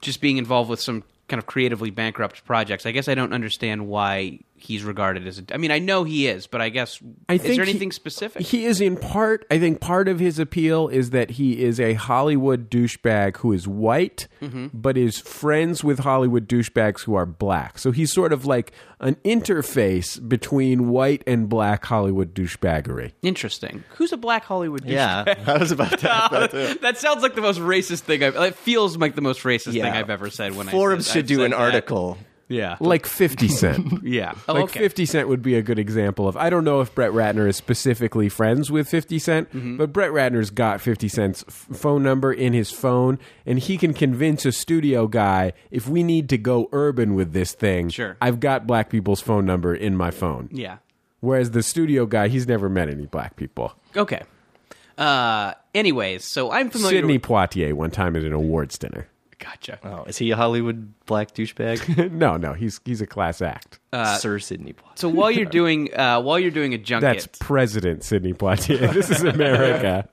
Speaker 4: just being involved with some kind of creatively bankrupt projects, I guess I don't understand why he's regarded as a I mean, I know he is, but I guess
Speaker 3: I
Speaker 4: is
Speaker 3: think
Speaker 4: there
Speaker 3: he-
Speaker 4: anything specific?
Speaker 3: He is in part. I think part of his appeal is that he is a Hollywood douchebag who is white,
Speaker 4: Mm-hmm.
Speaker 3: but is friends with Hollywood douchebags who are black. So he's sort of like an interface between white and black Hollywood douchebaggery.
Speaker 4: Interesting. Who's a black Hollywood douche?
Speaker 5: yeah, I was about to.
Speaker 4: That sounds like the most racist thing I've it feels like the most racist
Speaker 5: Yeah.
Speaker 4: thing I've ever said when
Speaker 5: Forbes
Speaker 4: I said,
Speaker 5: should
Speaker 4: I've
Speaker 5: do
Speaker 4: said
Speaker 5: an
Speaker 4: that.
Speaker 5: article.
Speaker 4: Yeah.
Speaker 3: Like Fifty Cent.
Speaker 4: yeah. Oh,
Speaker 3: like
Speaker 4: okay.
Speaker 3: 50 Cent would be a good example of. I don't know if Brett Ratner is specifically friends with 50 cents
Speaker 4: Mm-hmm.
Speaker 3: but Brett Ratner's got 50 Cent's f- phone number in his phone, and he can convince a studio guy if we need to go urban with this thing,
Speaker 4: Sure.
Speaker 3: I've got black people's phone number in my phone.
Speaker 4: Yeah.
Speaker 3: Whereas the studio guy, he's never met any black people.
Speaker 4: Okay. Uh anyways, so I'm familiar
Speaker 3: Sidney
Speaker 4: with
Speaker 3: Poitier one time at an awards dinner.
Speaker 4: Gotcha.
Speaker 5: Oh, is he a Hollywood black douchebag?
Speaker 3: no, no, he's he's a class act.
Speaker 5: Sir Sidney Poitier.
Speaker 4: Uh, So while you're doing uh, while you're doing a junket,
Speaker 3: That's President Sidney Poitier. This is America.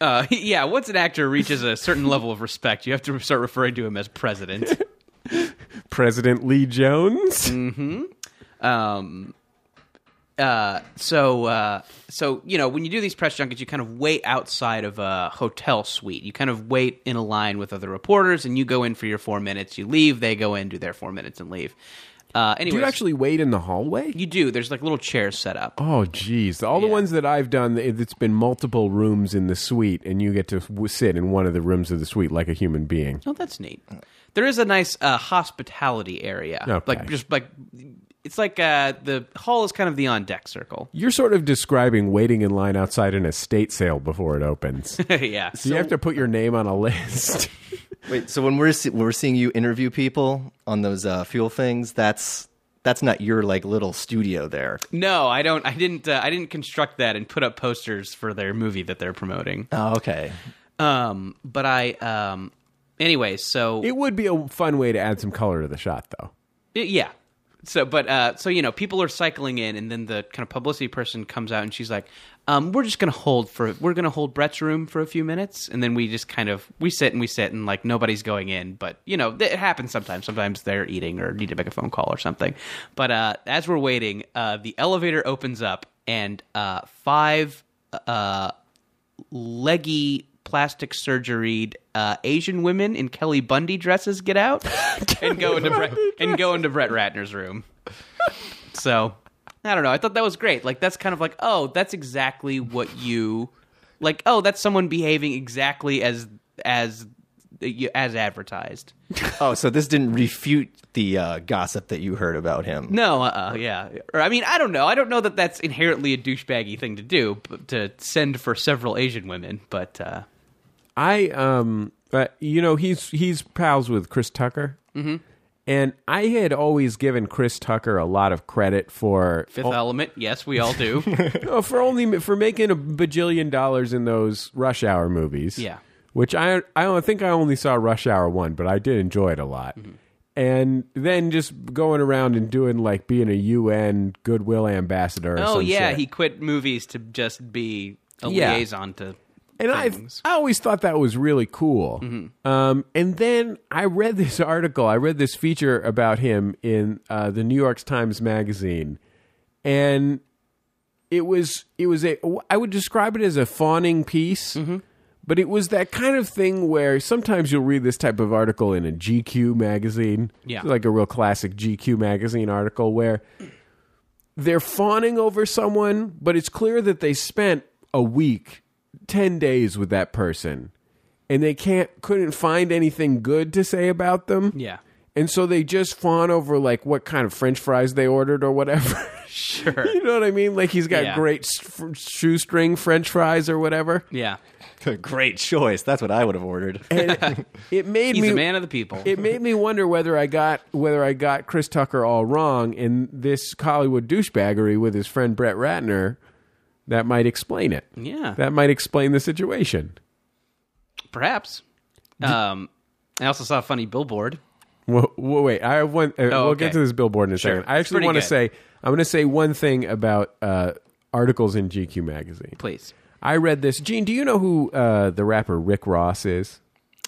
Speaker 4: Uh, yeah, once an actor reaches a certain level of respect, you have to start referring to him as president.
Speaker 3: President Lee Jones.
Speaker 4: Um, uh, so, uh, so you know, when you do these press junkets, you kind of wait outside of a hotel suite. You kind of wait in a line with other reporters, and you go in for your four minutes. You leave. They go in, do their four minutes, and leave. Uh,
Speaker 3: Do
Speaker 4: anyways,
Speaker 3: you actually wait in the hallway?
Speaker 4: you do. There's like little chairs set up.
Speaker 3: Oh, geez. All the
Speaker 4: Yeah.
Speaker 3: ones that I've done, it- it's been multiple rooms in the suite, and you get to w- sit in one of the rooms of the suite like a human being.
Speaker 4: Oh, that's neat. There is a nice uh, hospitality area,
Speaker 3: Okay.
Speaker 4: like just like it's like uh, the hall is kind of the on deck circle.
Speaker 3: You're sort of describing waiting in line outside an estate sale before it opens. so,
Speaker 4: yeah.
Speaker 3: you have to put your name on a list.
Speaker 5: Wait, so when we're se- we're seeing you interview people on those uh, fuel things, that's that's not your like little studio there.
Speaker 4: No, I don't. I didn't. Uh, I didn't construct that and put up posters for their movie that they're promoting.
Speaker 5: Oh, okay.
Speaker 4: Um, but I. Um, anyway, so
Speaker 3: it would be a fun way to add some color to the shot, though.
Speaker 4: Y- yeah. So, but uh, so you know, people are cycling in, and then the kind of publicity person comes out, and she's like, um, "We're just gonna hold for we're gonna hold Brett's room for a few minutes," and then we just kind of we sit and we sit, and like nobody's going in, but you know, th- it happens sometimes. Sometimes they're eating or need to make a phone call or something. But uh, as we're waiting, uh, the elevator opens up, and uh, five uh, leggy plastic surgeried uh, Asian women in Kelly Bundy dresses get out and go into Brett, and go into Brett Ratner's room. So I don't know. I thought that was great. Like that's kind of like oh, that's exactly what you like. Oh, that's someone behaving exactly as as as advertised.
Speaker 5: Oh, so this didn't refute the uh, gossip that you heard about him.
Speaker 4: No, uh, uh yeah. Or I mean, I don't know. I don't know that that's inherently a douchebaggy thing to do, but to send for several Asian women. But uh,
Speaker 3: I um, uh, you know, he's he's pals with Chris Tucker, mm-hmm. and I had always given Chris Tucker a lot of credit for
Speaker 4: Fifth Element, yes, we all do.
Speaker 3: No, for only for making a bajillion dollars in those Rush Hour movies.
Speaker 4: Yeah.
Speaker 3: which I I don't think I only saw Rush Hour one, but I did enjoy it a lot.
Speaker 4: Mm-hmm.
Speaker 3: And then just going around and doing like being a UN goodwill ambassador. Or
Speaker 4: oh
Speaker 3: some
Speaker 4: yeah,
Speaker 3: shit.
Speaker 4: he quit movies to just be a
Speaker 3: Yeah.
Speaker 4: liaison to.
Speaker 3: and I
Speaker 4: things. Mm-hmm.
Speaker 3: I always thought that was really cool. Um, and then I read this article, I read this feature about him in uh, the New York Times Magazine, and it was it was a I would describe it as a fawning piece.
Speaker 4: Mm-hmm.
Speaker 3: But it was that kind of thing where sometimes you'll read this type of article in a GQ magazine,
Speaker 4: Yeah.
Speaker 3: like a real classic GQ magazine article, where they're fawning over someone, but it's clear that they spent a week, 10 days with that person and they can't couldn't find anything good to say about them.
Speaker 4: Yeah.
Speaker 3: And so they just fawn over like what kind of french fries they ordered or whatever.
Speaker 4: Sure.
Speaker 3: you know what I mean? Like he's got
Speaker 4: Yeah.
Speaker 3: great s- f- shoestring french fries or whatever.
Speaker 4: Yeah,
Speaker 5: Great choice. That's what I would have ordered.
Speaker 3: And it made
Speaker 4: he's
Speaker 3: me
Speaker 4: a man of the people.
Speaker 3: it made me wonder whether I got whether I got Chris Tucker all wrong in this Hollywood douchebaggery with his friend Brett Ratner. That might explain it.
Speaker 4: Yeah.
Speaker 3: that might explain the situation.
Speaker 4: Perhaps. Um, I also saw a funny billboard.
Speaker 3: Well, well, wait, I have one. Uh, we'll
Speaker 4: Oh, okay.
Speaker 3: get to this billboard in a
Speaker 4: Sure.
Speaker 3: second. I
Speaker 4: It's
Speaker 3: actually
Speaker 4: pretty
Speaker 3: want to
Speaker 4: good.
Speaker 3: say I'm going to say one thing about uh, articles in GQ magazine.
Speaker 4: Please.
Speaker 3: I read this. Gene, do you know who uh, the rapper Rick Ross is?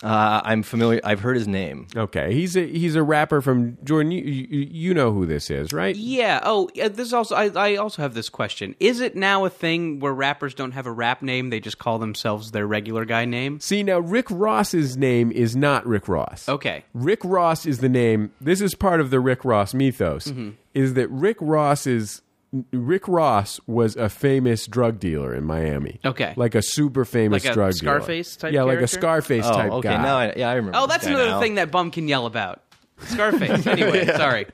Speaker 5: Uh, I'm familiar. I've heard his name.
Speaker 3: Okay, he's a he's a rapper from Jordan. You, you, you know who this is, right?
Speaker 4: Yeah. Oh, yeah, this is also. I, I also have this question. Is it now a thing where rappers don't have a rap name? They just call themselves their regular guy name.
Speaker 3: See, now Rick Ross's name is not Rick Ross.
Speaker 4: Okay.
Speaker 3: Rick Ross is the name. This is part of the Rick Ross mythos.
Speaker 4: Mm-hmm.
Speaker 3: Is that Rick Ross is Rick Ross was a famous drug dealer in Miami.
Speaker 4: Okay.
Speaker 3: like a super famous
Speaker 4: Like a
Speaker 3: drug
Speaker 4: Scarface
Speaker 3: dealer.
Speaker 4: type
Speaker 3: Yeah, like a
Speaker 4: character?
Speaker 3: Scarface
Speaker 5: Oh,
Speaker 3: type
Speaker 5: okay.
Speaker 3: guy.
Speaker 5: Now, I, yeah, I remember.
Speaker 4: Oh,
Speaker 5: this
Speaker 4: that's
Speaker 5: guy
Speaker 4: another
Speaker 5: now.
Speaker 4: thing that bum can yell about. Scarface. Anyway, sorry.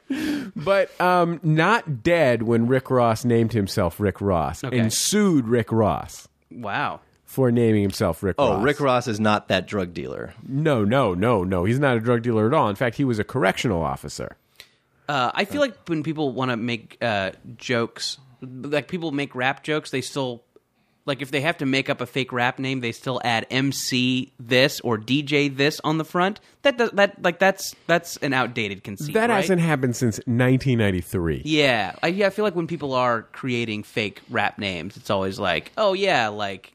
Speaker 3: but um, not dead when Rick Ross named himself Rick Ross
Speaker 4: Okay.
Speaker 3: and sued Rick Ross
Speaker 4: Wow.
Speaker 3: for naming himself Rick
Speaker 5: Oh,
Speaker 3: Ross.
Speaker 5: Rick Ross is not that drug dealer.
Speaker 3: No, no, no, no. He's not a drug dealer at all. In fact, he was a correctional officer.
Speaker 4: Uh, I feel like when people want to make uh, jokes, like people make rap jokes, they still like if they have to make up a fake rap name, they still add MC this or DJ this on the front. That does, that like that's that's an outdated conceit.
Speaker 3: That
Speaker 4: right?
Speaker 3: hasn't happened since 1993.
Speaker 4: Yeah, I, yeah. I feel like when people are creating fake rap names, it's always like, oh yeah, like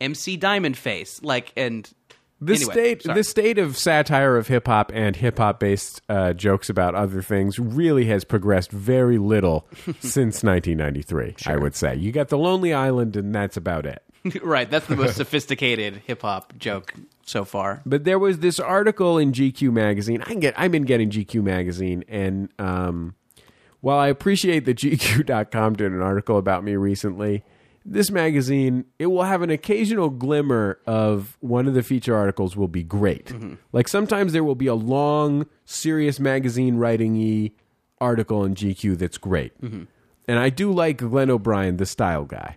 Speaker 4: MC Diamond Face, like and
Speaker 3: The
Speaker 4: anyway,
Speaker 3: state,
Speaker 4: sorry.
Speaker 3: the state of satire of hip hop and hip hop based uh, jokes about other things really has progressed very little since 1993. I would say you got the Lonely Island, and that's about it.
Speaker 4: right. That's the most sophisticated hip hop joke so far.
Speaker 3: But there was this article in GQ magazine. I can get. I've been getting GQ magazine, and um, while I appreciate that GQ.com did an article about me recently, this magazine it will have an occasional glimmer of one of the feature articles will be great.
Speaker 4: Mm-hmm.
Speaker 3: Like sometimes there will be a long, serious magazine writing y article in GQ that's great,
Speaker 4: Mm-hmm.
Speaker 3: and I do like Glenn O'Brien, the style guy.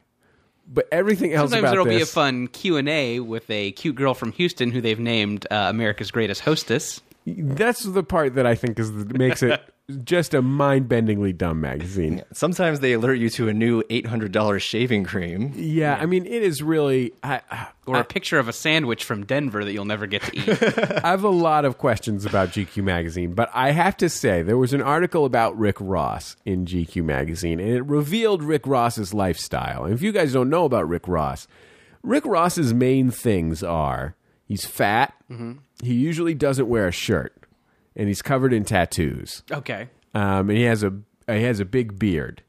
Speaker 3: But everything else
Speaker 4: Sometimes
Speaker 3: about
Speaker 4: there'll be a
Speaker 3: this-
Speaker 4: fun Q and A with a cute girl from Houston who they've named uh, America's greatest hostess.
Speaker 3: That's the part that I think is that makes it just a mind-bendingly dumb magazine.
Speaker 5: Sometimes they alert you to a new $800 shaving cream.
Speaker 3: Yeah, I mean, it is really. I,
Speaker 4: Or a picture of a sandwich from Denver that you'll never get to eat.
Speaker 3: I have a lot of questions about GQ magazine, but I have to say there was an article about Rick Ross in GQ magazine, and it revealed Rick Ross's lifestyle. And if you guys don't know about Rick Ross, Rick Ross's main things are he's fat, he usually doesn't wear a shirt, and he's covered in tattoos.
Speaker 4: okay.
Speaker 3: um, and he has a he has a big beard.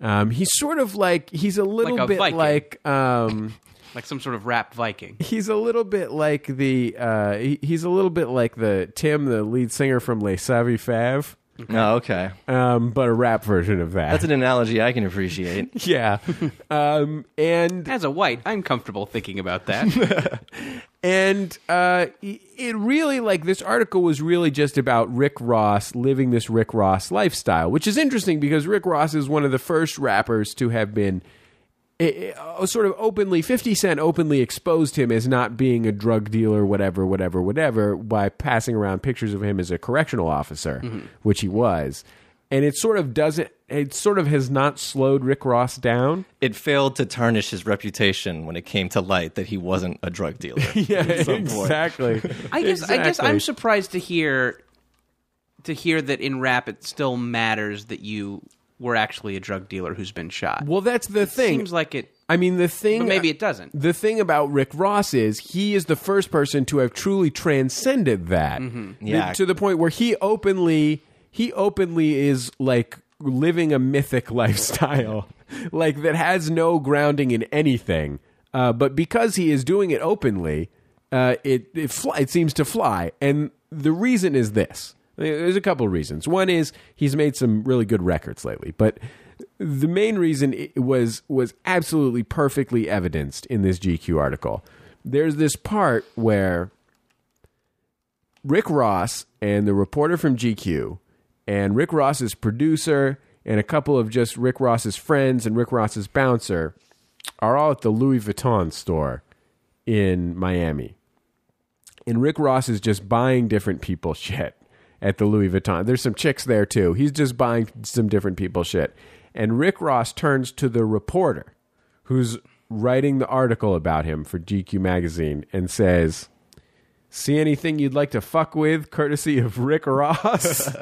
Speaker 3: Um, he's sort of like he's a little
Speaker 4: Like a
Speaker 3: bit
Speaker 4: Viking.
Speaker 3: like um,
Speaker 4: like some sort of rap Viking.
Speaker 3: he's a little bit like the uh, he, he's a little bit like the Tim, the lead singer from Les Savi Fav,
Speaker 5: No, Oh, okay.
Speaker 3: um, but a rap version of that.
Speaker 5: That's an analogy I can appreciate.
Speaker 3: yeah, um, and
Speaker 4: As a white, I'm comfortable thinking about that.
Speaker 3: And uh, it really, like, this article was really just about Rick Ross living this Rick Ross lifestyle, which is interesting because Rick Ross is one of the first rappers to have been eh, eh, uh, sort of openly, 50 Cent openly exposed him as not being a drug dealer, whatever, whatever, whatever, by passing around pictures of him as a correctional officer,
Speaker 4: Mm-hmm.
Speaker 3: which he was. And it sort of doesn't, it sort of has not slowed Rick Ross down.
Speaker 5: it failed to tarnish his reputation when it came to light that he wasn't a drug dealer.
Speaker 3: Yeah, exactly.
Speaker 4: I guess I guess
Speaker 3: Exactly.
Speaker 4: I'm surprised to hear to hear that in rap it still matters that you were actually a drug dealer who's been shot.
Speaker 3: Well, that's the thing.
Speaker 4: Seems like it.
Speaker 3: I mean, the thing.
Speaker 4: But maybe it doesn't.
Speaker 3: The thing about Rick Ross is he is the first person to have truly transcended that
Speaker 5: Yeah.
Speaker 3: to the point where he openly he openly is like living a mythic lifestyle, like that has no grounding in anything. Uh, but because he is doing it openly, uh, it it, fly, it seems to fly, and the reason is this. There's a couple reasons. One is he's made some really good records lately, but the main reason it was was absolutely perfectly evidenced in this GQ article. There's this part where Rick Ross and the reporter from GQ and Rick Ross's producer and a couple of just Rick Ross's friends and Rick Ross's bouncer are all at the Louis Vuitton store in Miami. And Rick Ross is just buying different people shit at the Louis Vuitton. There's some chicks there too. He's just buying some different people shit. And Rick Ross turns to the reporter who's writing the article about him for GQ magazine and says, See anything you'd like to fuck with, courtesy of Rick Ross?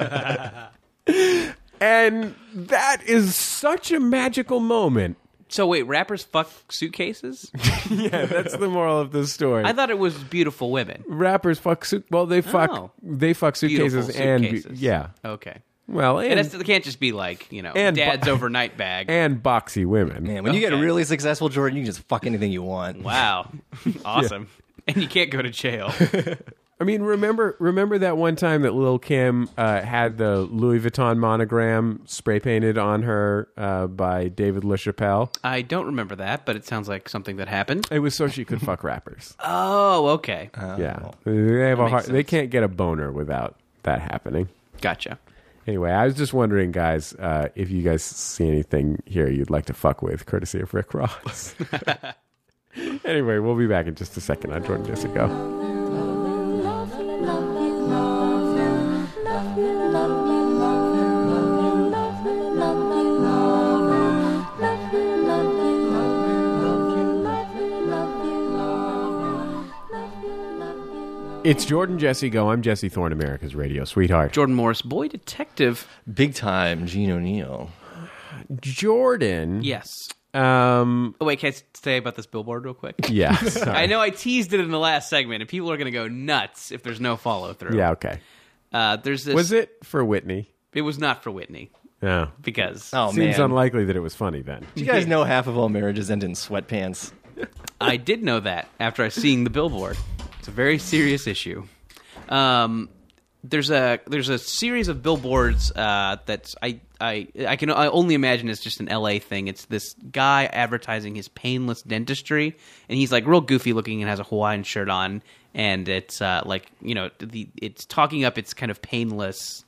Speaker 3: and that is such a magical moment.
Speaker 4: So wait, rappers fuck suitcases?
Speaker 3: Yeah, that's the moral of the story.
Speaker 4: I thought it was beautiful women.
Speaker 3: Rappers fuck suit. Well, they fuck.
Speaker 4: Oh.
Speaker 3: They fuck
Speaker 4: Beautiful
Speaker 3: suitcases, and
Speaker 4: suitcases.
Speaker 3: be- yeah.
Speaker 4: Okay.
Speaker 3: Well,
Speaker 4: And
Speaker 3: and
Speaker 4: that's, it can't just be like you know
Speaker 3: And bu-
Speaker 4: dad's overnight bag.
Speaker 3: and boxy women.
Speaker 5: Man, when you get
Speaker 4: Okay.
Speaker 5: really successful, Jordan, you can just fuck anything you want.
Speaker 4: wow, awesome. And you can't go to jail.
Speaker 3: I mean, remember remember that one time that Lil Kim uh, had the Louis Vuitton monogram spray painted on her uh, by David LaChapelle.
Speaker 4: I don't remember that, but it sounds like something that happened.
Speaker 3: It was so she could fuck rappers.
Speaker 4: Oh, okay,
Speaker 3: yeah, they have a hard,
Speaker 4: makes
Speaker 3: They
Speaker 4: sense.
Speaker 3: can't get a boner without that happening.
Speaker 4: gotcha.
Speaker 3: Anyway, I was just wondering, guys, uh, if you guys see anything here you'd like to fuck with, courtesy of Rick Ross. anyway, we'll be back in just a second on Jordan Jessica. It's Jordan Jesse Go. I'm Jesse Thorne, America's radio sweetheart.
Speaker 4: Jordan Morris, boy detective.
Speaker 5: Big time Gene O'Neill.
Speaker 3: Jordan.
Speaker 4: Yes.
Speaker 3: Um.
Speaker 4: Oh wait, can I say about this billboard real quick?
Speaker 3: Yeah.
Speaker 4: I
Speaker 3: sorry.
Speaker 4: know I teased it in the last segment, and people are going to go nuts if there's no follow through.
Speaker 3: Yeah. Okay.
Speaker 4: Uh, there's this.
Speaker 3: Was it for Whitney?
Speaker 4: It was not for Whitney
Speaker 3: No.
Speaker 4: because
Speaker 5: Oh,
Speaker 3: Seems
Speaker 5: man.
Speaker 3: unlikely that it was funny then.
Speaker 5: Do you guys know half of all marriages end in sweatpants?
Speaker 4: I did know that after I seeing the billboard. It's a very serious issue. Um, there's a there's a series of billboards uh, that's I, I I can I only imagine it's just an LA thing. It's this guy advertising his painless dentistry, and he's like real goofy looking and has a Hawaiian shirt on, and it's uh, like you know the it's talking up its kind of painless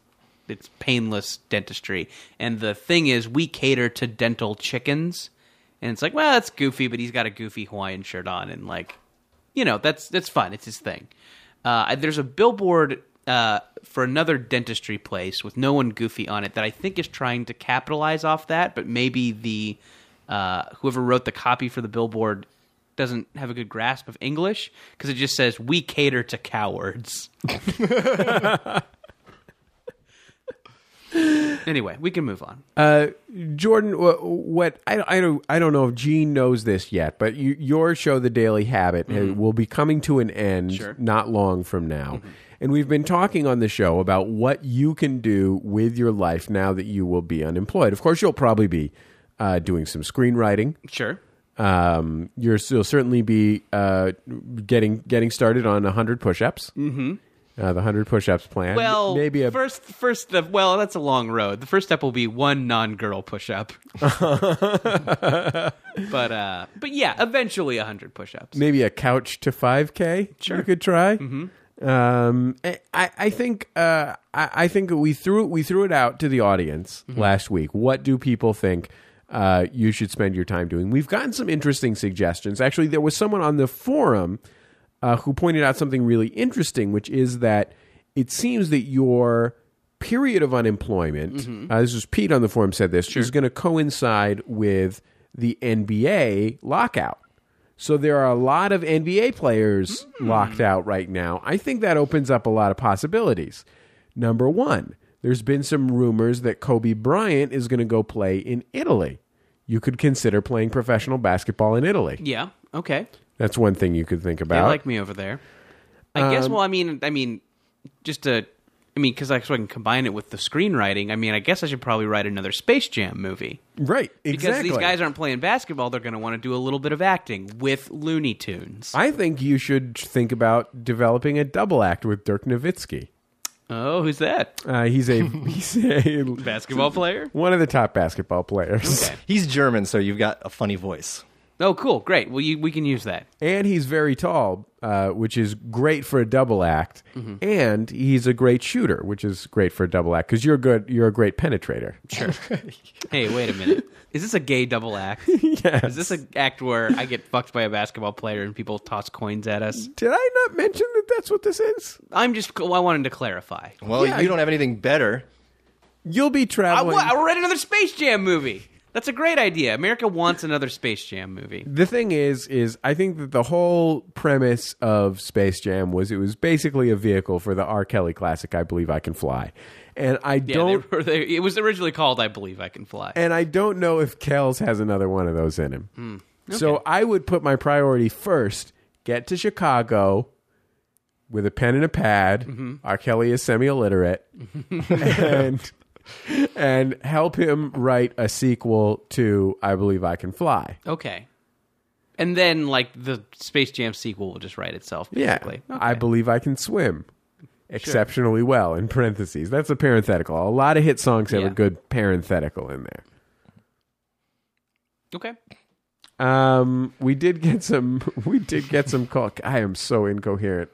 Speaker 4: it's painless dentistry. And the thing is, we cater to dental chickens. And it's like, well, that's goofy, but he's got a goofy Hawaiian shirt on, and like, you know, that's that's fun. It's his thing. Uh, there's a billboard uh, for another dentistry place with no one goofy on it that I think is trying to capitalize off that, but maybe the uh, whoever wrote the copy for the billboard doesn't have a good grasp of English because it just says we cater to cowards. anyway, we can move on.
Speaker 3: Uh, Jordan, wha- what I, I don't I don't know if Gene knows this yet, but you, your show, The Daily Habit, ha- will be coming to an end not long from now, and we've been talking on the show about what you can do with your life now that you will be unemployed. Of course, you'll probably be uh, doing some screenwriting
Speaker 4: Sure.
Speaker 3: um, you're, you'll certainly be uh, getting getting started on 100 push-ups. Mm-hmm. Uh, the 100 push-ups plan.
Speaker 4: Well,
Speaker 3: maybe a
Speaker 4: first, first, the, well, that's a long road. The first step will be one non-girl push-up, but uh, but yeah, eventually hundred push-ups.
Speaker 3: maybe a couch to 5k sure. you could try um I, I think uh I, I think we threw we threw it out to the audience last week what do people think uh you should spend your time doing we've gotten some interesting suggestions actually there was someone on the forum uh, who pointed out something really interesting which is that it seems that your period of unemployment uh, this was pete on the forum said this is going to coincide with the nba lockout so there are a lot of NBA players
Speaker 4: Mm.
Speaker 3: locked out right now. I think that opens up a lot of possibilities. Number one, there's been some rumors that Kobe Bryant is going to go play in Italy. You could consider playing professional basketball in Italy.
Speaker 4: Yeah, okay,
Speaker 3: That's one thing you could think
Speaker 4: they
Speaker 3: about. Um,
Speaker 4: like me over there. I guess. Well, I mean, I mean, just to, I mean, because I, so I can combine it with the screenwriting. I mean, I guess I should probably write another Space Jam movie
Speaker 3: right,
Speaker 4: because
Speaker 3: exactly.
Speaker 4: these guys aren't playing basketball. They're going to want to do a little bit of acting with Looney Tunes.
Speaker 3: I think you should think about developing a double act with Dirk Nowitzki.
Speaker 4: oh, who's that?
Speaker 3: Uh, he's a he's a
Speaker 4: Basketball player.
Speaker 3: one of the top basketball players,
Speaker 4: Okay.
Speaker 5: He's German, so you've got a funny voice.
Speaker 4: Oh, cool, great. Well, you, we can use that.
Speaker 3: and he's very tall, uh, which is great for a double act,
Speaker 4: Mm-hmm.
Speaker 3: and he's a great shooter, which is great for a double act because you're good. You're a great penetrator.
Speaker 4: Hey, wait a minute. Is this a gay double act?
Speaker 3: Yes.
Speaker 4: Is this an act where I get fucked by a basketball player and people toss coins at us?
Speaker 3: Did I not mention that that's what this is?
Speaker 4: I'm just, I wanted to clarify.
Speaker 5: Well,
Speaker 3: Yeah, I-
Speaker 5: you don't have anything better.
Speaker 3: You'll be
Speaker 4: I,
Speaker 3: traveling.
Speaker 4: wa- I write another Space Jam movie. That's a great idea. America wants another Space Jam movie.
Speaker 3: the thing is, is I think that the whole premise of Space Jam was it was basically a vehicle for the R. Kelly classic, I Believe I Can Fly, and I
Speaker 4: Yeah, they
Speaker 3: don't.
Speaker 4: were, they, it was originally called I Believe I Can Fly.
Speaker 3: and I don't know if Kells has another one of those in him. So I would put my priority first: get to Chicago with a pen and a pad. R. Kelly is semi-illiterate, and and help him write a sequel to "I Believe I Can Fly."
Speaker 4: Okay. And then, like, the Space Jam sequel will just write itself, basically.
Speaker 3: Yeah, I believe I can swim exceptionally well. In parentheses, that's a parenthetical. A lot of hit songs have
Speaker 4: Yeah.
Speaker 3: a good parenthetical in there.
Speaker 4: Okay.
Speaker 3: Um, we did get some. We did get some call. I am so incoherent.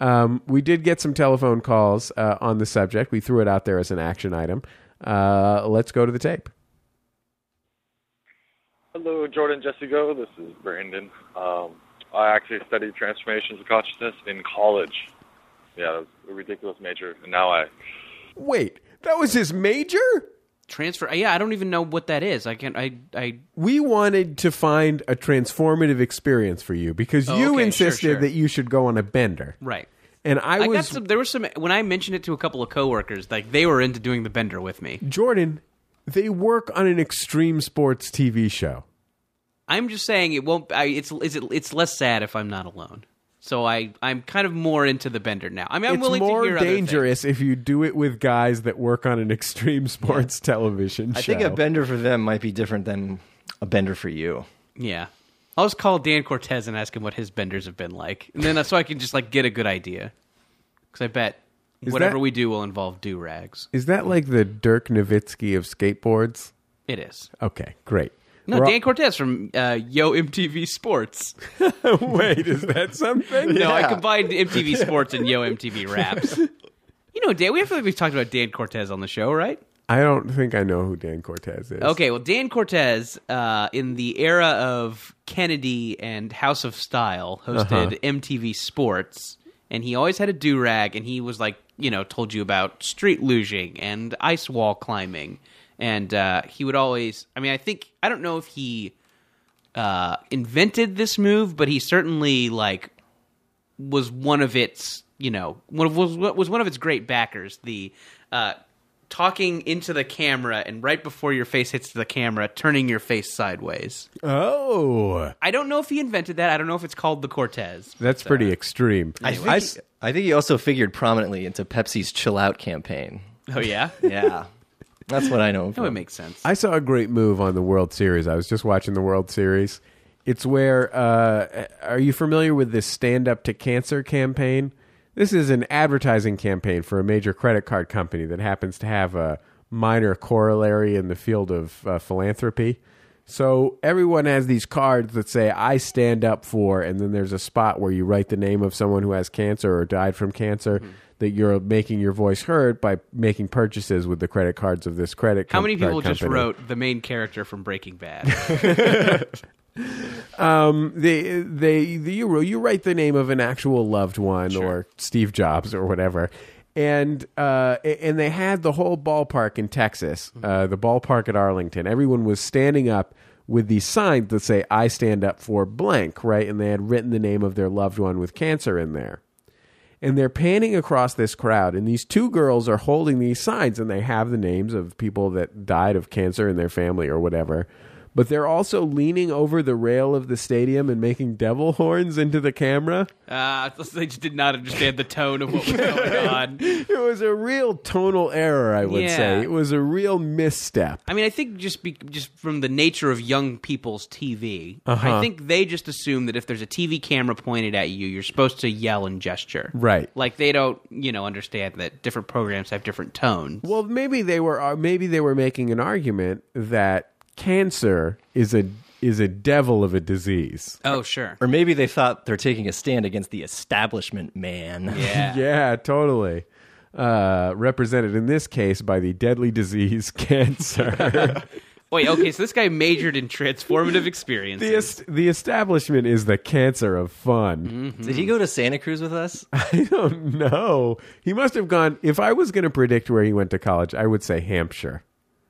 Speaker 3: Um, we did get some telephone calls uh, on the subject. We threw it out there as an action item. Uh, let's go to the tape.
Speaker 6: Hello, Jordan Jessico. This is Brandon. Um, I actually studied transformations of consciousness in college. Yeah, it was a ridiculous major, and now I
Speaker 3: Wait, that was his major.
Speaker 4: Transfer. Yeah, I don't even know what that is. I can't, I, I,
Speaker 3: We wanted to find a transformative experience for you because
Speaker 4: Oh,
Speaker 3: you
Speaker 4: okay, sure,
Speaker 3: insisted
Speaker 4: sure.
Speaker 3: that you should go on a bender,
Speaker 4: right.
Speaker 3: and I,
Speaker 4: I got
Speaker 3: was
Speaker 4: some. There was some when I mentioned it to a couple of coworkers. Like they were into doing the bender with me.
Speaker 3: Jordan. They work on an extreme sports TV show.
Speaker 4: I'm just saying it won't. I, it's is it, it's less sad if I'm not alone. So I I'm kind of more into the bender now. I mean, I'm
Speaker 3: it's
Speaker 4: willing
Speaker 3: more
Speaker 4: to hear Other things.
Speaker 3: dangerous if you do it with guys that work on an extreme sports television show.
Speaker 5: I think a bender for them might be different than a bender for you.
Speaker 4: yeah, I'll just call Dan Cortez and ask him what his benders have been like, and then uh, so I can just like get a good idea. Because I bet
Speaker 3: Is
Speaker 4: whatever
Speaker 3: that-
Speaker 4: we do will involve do rags.
Speaker 3: Is that like the Dirk Nowitzki of skateboards?
Speaker 4: It is
Speaker 3: Okay, great.
Speaker 4: no
Speaker 3: We're all-
Speaker 4: Dan Cortez from uh, Yo MTV Sports.
Speaker 3: Wait, is that something?
Speaker 4: No, I combined MTV Sports and Yo MTV Raps. You know, Dan, we have we've talked about Dan Cortez on the show, right?
Speaker 3: I don't think I know who Dan Cortez is.
Speaker 4: Okay, well, Dan Cortez, uh, in the era of Kennedy and House of Style, hosted MTV Sports, and he always had a do rag, and he was like, you know, told you about street luging and ice wall climbing, and uh, he would always. I mean, I think I don't know if he uh, invented this move, but he certainly like was one of its you know one of, was was one of its great backers. The uh, talking into the camera and right before your face hits the camera, turning your face sideways.
Speaker 3: Oh,
Speaker 4: I don't know if he invented that. I don't know if it's called the Cortez.
Speaker 3: that's pretty extreme.
Speaker 5: I think, he, I think he also figured prominently into Pepsi's Chill Out campaign.
Speaker 4: Oh yeah,
Speaker 5: Yeah. That's what I know. him
Speaker 4: that would
Speaker 5: from.
Speaker 4: make sense.
Speaker 3: I saw a great move on the World Series. I was just watching the World Series, It's where uh, are you familiar with this Stand Up to Cancer campaign? This is an advertising campaign for a major credit card company that happens to have a minor corollary in the field of uh, philanthropy. So everyone has these cards that say "I stand up for," and then there's a spot where you write the name of someone who has cancer or died from cancer. That you're making your voice heard by making purchases with the credit cards of this credit.
Speaker 4: How many
Speaker 3: com- card
Speaker 4: people just
Speaker 3: company.
Speaker 4: wrote the main character from Breaking Bad?
Speaker 3: they they the, you you write the name of an actual loved one or Steve Jobs or whatever. And uh, a- and they had the whole ballpark in Texas,
Speaker 4: Mm-hmm.
Speaker 3: uh, the ballpark at Arlington. Everyone was standing up with these signs that say "I stand up for blank," right? And they had written the name of their loved one with cancer in there and they're panning across this crowd and these two girls are holding these signs and they have the names of people that died of cancer in their family or whatever but they're also leaning over the rail of the stadium and making devil horns into the camera
Speaker 4: Uh, they just did not understand the tone of what was going on.
Speaker 3: it was a real tonal error i would
Speaker 4: Yeah.
Speaker 3: say it was a real misstep
Speaker 4: I mean, I think just be, just from the nature of young people's TV, I think they just assume that if there's a TV camera pointed at you, you're supposed to yell and gesture.
Speaker 3: Right.
Speaker 4: Like they don't, you know, understand that different programs have different tones.
Speaker 3: Well, maybe they were uh, maybe they were making an argument that cancer is a is a devil of a disease.
Speaker 4: Oh, sure.
Speaker 5: Or maybe they thought they're taking a stand against the establishment, man.
Speaker 4: Yeah.
Speaker 3: Yeah, totally. Uh, represented in this case by the deadly disease cancer.
Speaker 4: Wait. Okay. So this guy majored in transformative experiences.
Speaker 3: the, est- the establishment is the cancer of fun.
Speaker 5: Did he go to Santa Cruz with us?
Speaker 3: I don't know. He must have gone. If I was going to predict where he went to college, I would say Hampshire,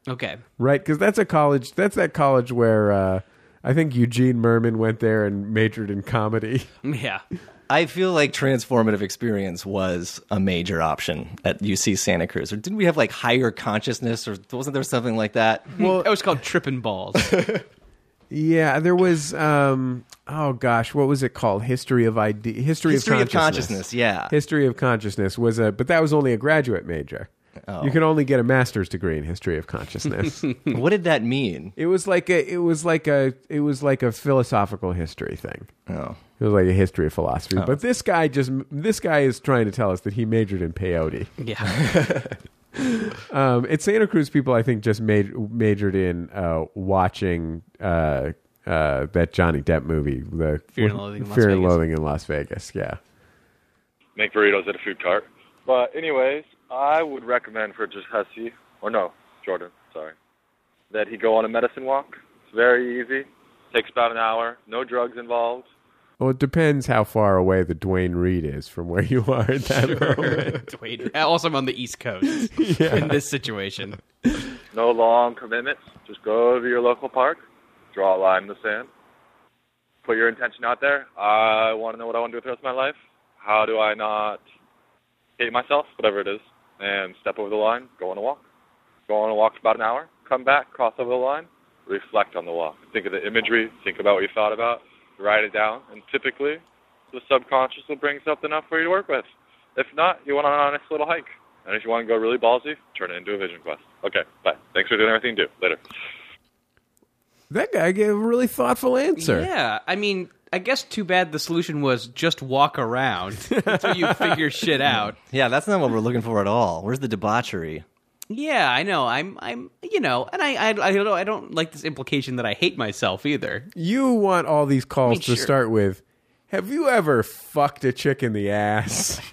Speaker 4: okay.
Speaker 3: right? Because that's a college. That's that college where uh, I think Eugene Merman went there and majored in comedy.
Speaker 4: Yeah.
Speaker 5: I feel like transformative experience was a major option at UC Santa Cruz. Or didn't we have like higher consciousness or wasn't there something like that? Oh,
Speaker 4: That was called tripping balls.
Speaker 3: Yeah, there was. Um, oh gosh, what was it called? History of idea. History,
Speaker 5: History
Speaker 3: of
Speaker 5: of
Speaker 3: consciousness.
Speaker 5: consciousness, yeah.
Speaker 3: History of consciousness was a, but that was only a graduate major. You can only get a master's degree in history of consciousness.
Speaker 5: what did that mean?
Speaker 3: it was like a, it was like a, it was like a philosophical history thing.
Speaker 5: Oh.
Speaker 3: It was like a history of philosophy.
Speaker 4: Oh.
Speaker 3: But this guy just, this guy is trying to tell us that he majored in peyote.
Speaker 4: yeah.
Speaker 3: Um, at Santa Cruz, people I think just made, majored in uh, watching uh, uh, that Johnny Depp movie, the
Speaker 4: Fear and Loathing in Las
Speaker 3: Fear and
Speaker 4: Vegas.
Speaker 3: Loathing in Las Vegas. Yeah,
Speaker 6: Make burritos at a food cart. But anyways, I would recommend for just Hesse, or no, Jordan, sorry, that he go on a medicine walk. It's very easy. Takes about an hour. No drugs involved.
Speaker 3: well, it depends how far away the Dwayne Reed is from where you are at that moment.
Speaker 4: Wait. Also, I'm on the East Coast in this situation.
Speaker 6: No long commitments. Just go to your local park, draw a line in the sand, put your intention out there. I want to know what I want to do with the rest of my life. How do I not hate myself, whatever it is, and step over the line, go on a walk. Go on a walk for about an hour, come back, cross over the line, reflect on the walk. Think of the imagery, think about what you thought about, write it down, and typically the subconscious will bring something up for you to work with. If not, you went on an honest little hike. And if you want to go really ballsy, turn it into a vision quest. Okay, bye. Thanks for doing everything you do. Later.
Speaker 3: That guy gave a really thoughtful answer.
Speaker 4: Yeah, I mean, I guess too bad the solution was just walk around until you figure shit out.
Speaker 5: Yeah, that's not what we're looking for at all. Where's the debauchery?
Speaker 4: Yeah, I know. I'm, I'm, you know, and I, I, I don't, I don't like this implication that I hate myself either.
Speaker 3: You want all these calls
Speaker 4: mean,
Speaker 3: to
Speaker 4: sure.
Speaker 3: start with. Have you ever fucked a chick in the ass?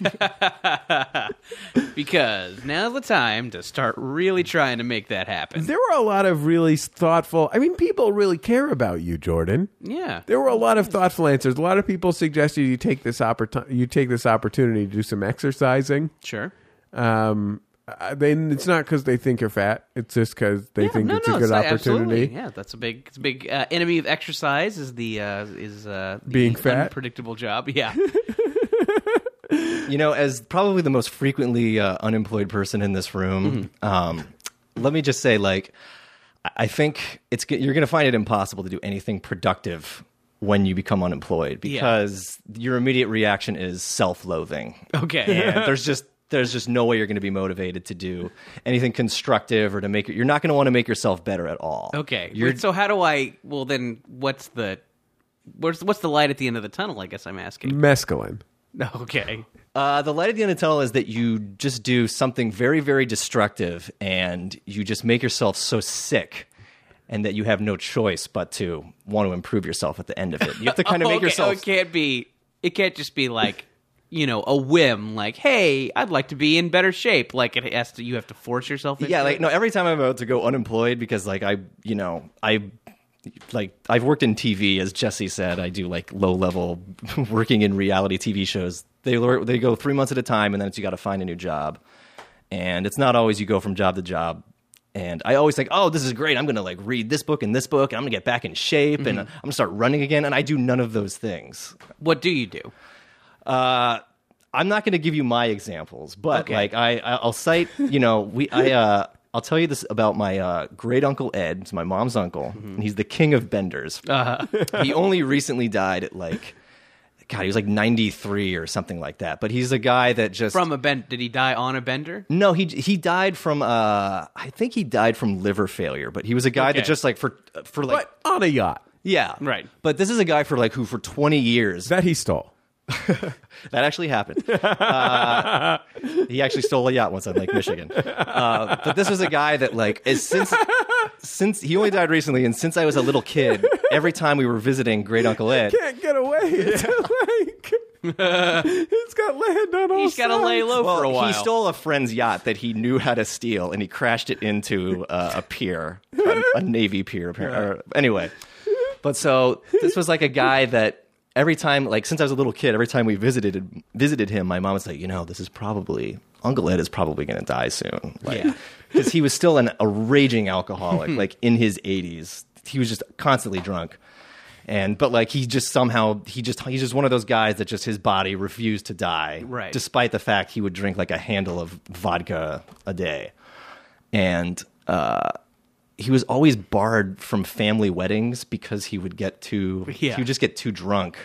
Speaker 4: Because now's the time to start really trying to make that happen.
Speaker 3: there were a lot of really thoughtful. I mean, people really care about you, Jordan.
Speaker 4: Yeah.
Speaker 3: There were a lot of thoughtful answers. A lot of people suggested you take this opportunity. You take this opportunity to do some exercising.
Speaker 4: Sure.
Speaker 3: Um, uh, then it's not because they think you're fat. It's just because they think
Speaker 4: no,
Speaker 3: it's
Speaker 4: no,
Speaker 3: a good
Speaker 4: not-
Speaker 3: opportunity.
Speaker 4: absolutely. Yeah, that's a big, it's a big uh, enemy of exercise is the uh, is uh, the
Speaker 3: Being fat?
Speaker 4: unpredictable job. Yeah,
Speaker 5: You know, as probably the most frequently uh, unemployed person in this room,
Speaker 4: Mm-hmm.
Speaker 5: um, let me just say, like, I- I think it's g- you're going to find it impossible to do anything productive when you become unemployed because your immediate reaction is self-loathing.
Speaker 4: okay.
Speaker 5: and there's just there's just no way you're going to be motivated to do anything constructive or to make it. You're not going to want to make yourself better at all.
Speaker 4: Okay.
Speaker 5: You're,
Speaker 4: Wait, so how do I? Well, then what's the where's what's the light at the end of the tunnel? I guess I'm
Speaker 3: Mm.
Speaker 4: asking.
Speaker 3: mescaline.
Speaker 4: Okay.
Speaker 5: Uh, the light at the end of the tunnel is that you just do something very, very destructive and you just make yourself so sick and that you have no choice but to want to improve yourself at the end of it. You have to kind of
Speaker 4: Oh,
Speaker 5: make
Speaker 4: okay.
Speaker 5: yourself.
Speaker 4: Oh, it can't be. It can't just be like, you know, a whim. Like, hey, I'd like to be in better shape. Like, it has to. You have to force yourself. Into
Speaker 5: Yeah,
Speaker 4: it.
Speaker 5: like, no, every time I'm about to go unemployed because, like, I, you know, I. Like I've worked in TV, as Jesse said, I do like low level working in reality TV shows. They lure- they go three months at a time, and then it's you got to find a new job. and it's not always you go from job to job and i always think oh this is great i'm gonna like read this book and this book and i'm gonna get back in shape and i'm gonna start running again and i do none of those things
Speaker 4: What do you do?
Speaker 5: i'm not gonna give you my examples but
Speaker 4: Okay.
Speaker 5: like i I- i'll cite you know we i uh I'll tell you this about my uh, great uncle Ed. It's my mom's uncle,
Speaker 4: Mm-hmm.
Speaker 5: and he's the king of benders.
Speaker 4: Uh-huh.
Speaker 5: he only recently died at like, God, he was like ninety three or something like that. But he's a guy that just
Speaker 4: From a bend? Did he die on a bender?
Speaker 5: No, he he died from uh I think he died from liver failure, but he was a guy that
Speaker 4: Okay.
Speaker 5: just like for for like
Speaker 3: But on a yacht
Speaker 5: yeah.
Speaker 4: Right.
Speaker 5: But this is a guy for like who for 20 years that,
Speaker 3: that he stole.
Speaker 5: actually happened. uh, he actually stole a yacht once on Lake Michigan. Uh, but this was a guy that like is since since he only died recently and since I was a little kid, every time we were visiting great uncle Ed,
Speaker 3: Can't get away. It's like he's got land on all
Speaker 4: He's got to lay low
Speaker 5: well,
Speaker 4: for a while.
Speaker 5: he stole a friend's yacht that he knew how to steal, and he crashed it into uh, a pier, a, a navy pier. Apparently. Or, anyway, but so this was like a guy that every time, like since I was a little kid, every time we visited visited him, my mom was like, you know, this is probably Uncle Ed is probably going to die soon, like because he was still an, a raging alcoholic, like in his eighties. He was just constantly drunk. And but like he just somehow he just he's just one of those guys that just his body refused to die
Speaker 4: Right.
Speaker 5: despite the fact he would drink like a handle of vodka a day. And uh, he was always barred from family weddings because he would get too,
Speaker 4: Yeah.
Speaker 5: he would just get too drunk.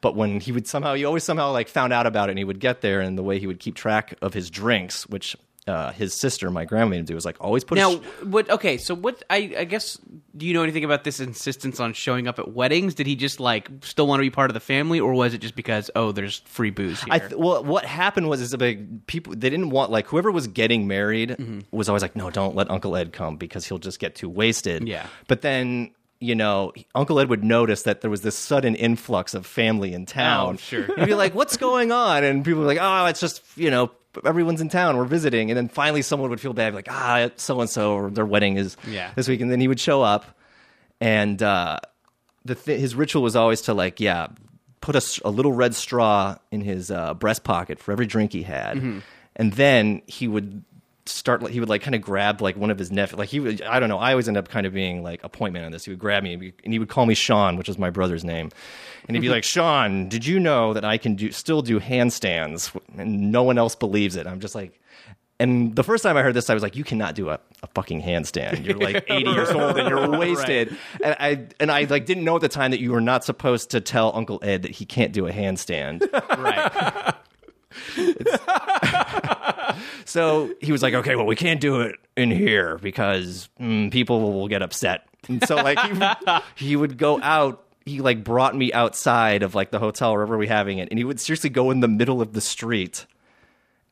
Speaker 5: But when he would somehow, he always somehow like found out about it and he would get there. And the way he would keep track of his drinks, which uh, his sister, my grandma, made him do, was like always put a
Speaker 4: Now,
Speaker 5: sh-
Speaker 4: what? Okay, so what? I, I guess. Do you know anything about this insistence on showing up at weddings? Did he just like still want to be part of the family, or was it just because oh, there's free booze here?
Speaker 5: I th- well, what happened was is a big people. They didn't want like whoever was getting married
Speaker 4: Mm-hmm.
Speaker 5: was always like, no, don't let Uncle Ed come because he'll just get too wasted.
Speaker 4: Yeah.
Speaker 5: But then you know Uncle Ed would notice that there was this sudden influx of family in town.
Speaker 4: Oh, sure.
Speaker 5: He'd be like, what's going on? And people were like, oh, it's just you know everyone's in town. We're visiting. And then finally someone would feel bad, like ah, so and so their wedding is
Speaker 4: Yeah.
Speaker 5: this week. And then he would show up and. uh the th- his ritual was always to like yeah put a, s- a little red straw in his uh, breast pocket for every drink he had and then he would start like he would like kind of grab like one of his nephews like he would i don't know i always end up kind of being like a point man on this he would grab me and be- and he would call me sean which was my brother's name and he'd be like sean did you know that i can do still do handstands and no one else believes it i'm just like and the first time I heard this, I was like, "You cannot do a, a fucking handstand. You're like 80 years old and you're wasted." And I and I like didn't know at the time that you were not supposed to tell Uncle Ed that he can't do a handstand.
Speaker 4: right.
Speaker 5: So he was like, "Okay, well, we can't do it in here because mm, people will get upset." And so like he, would- he would go out. He like brought me outside of like the hotel wherever we having it, and he would seriously go in the middle of the street.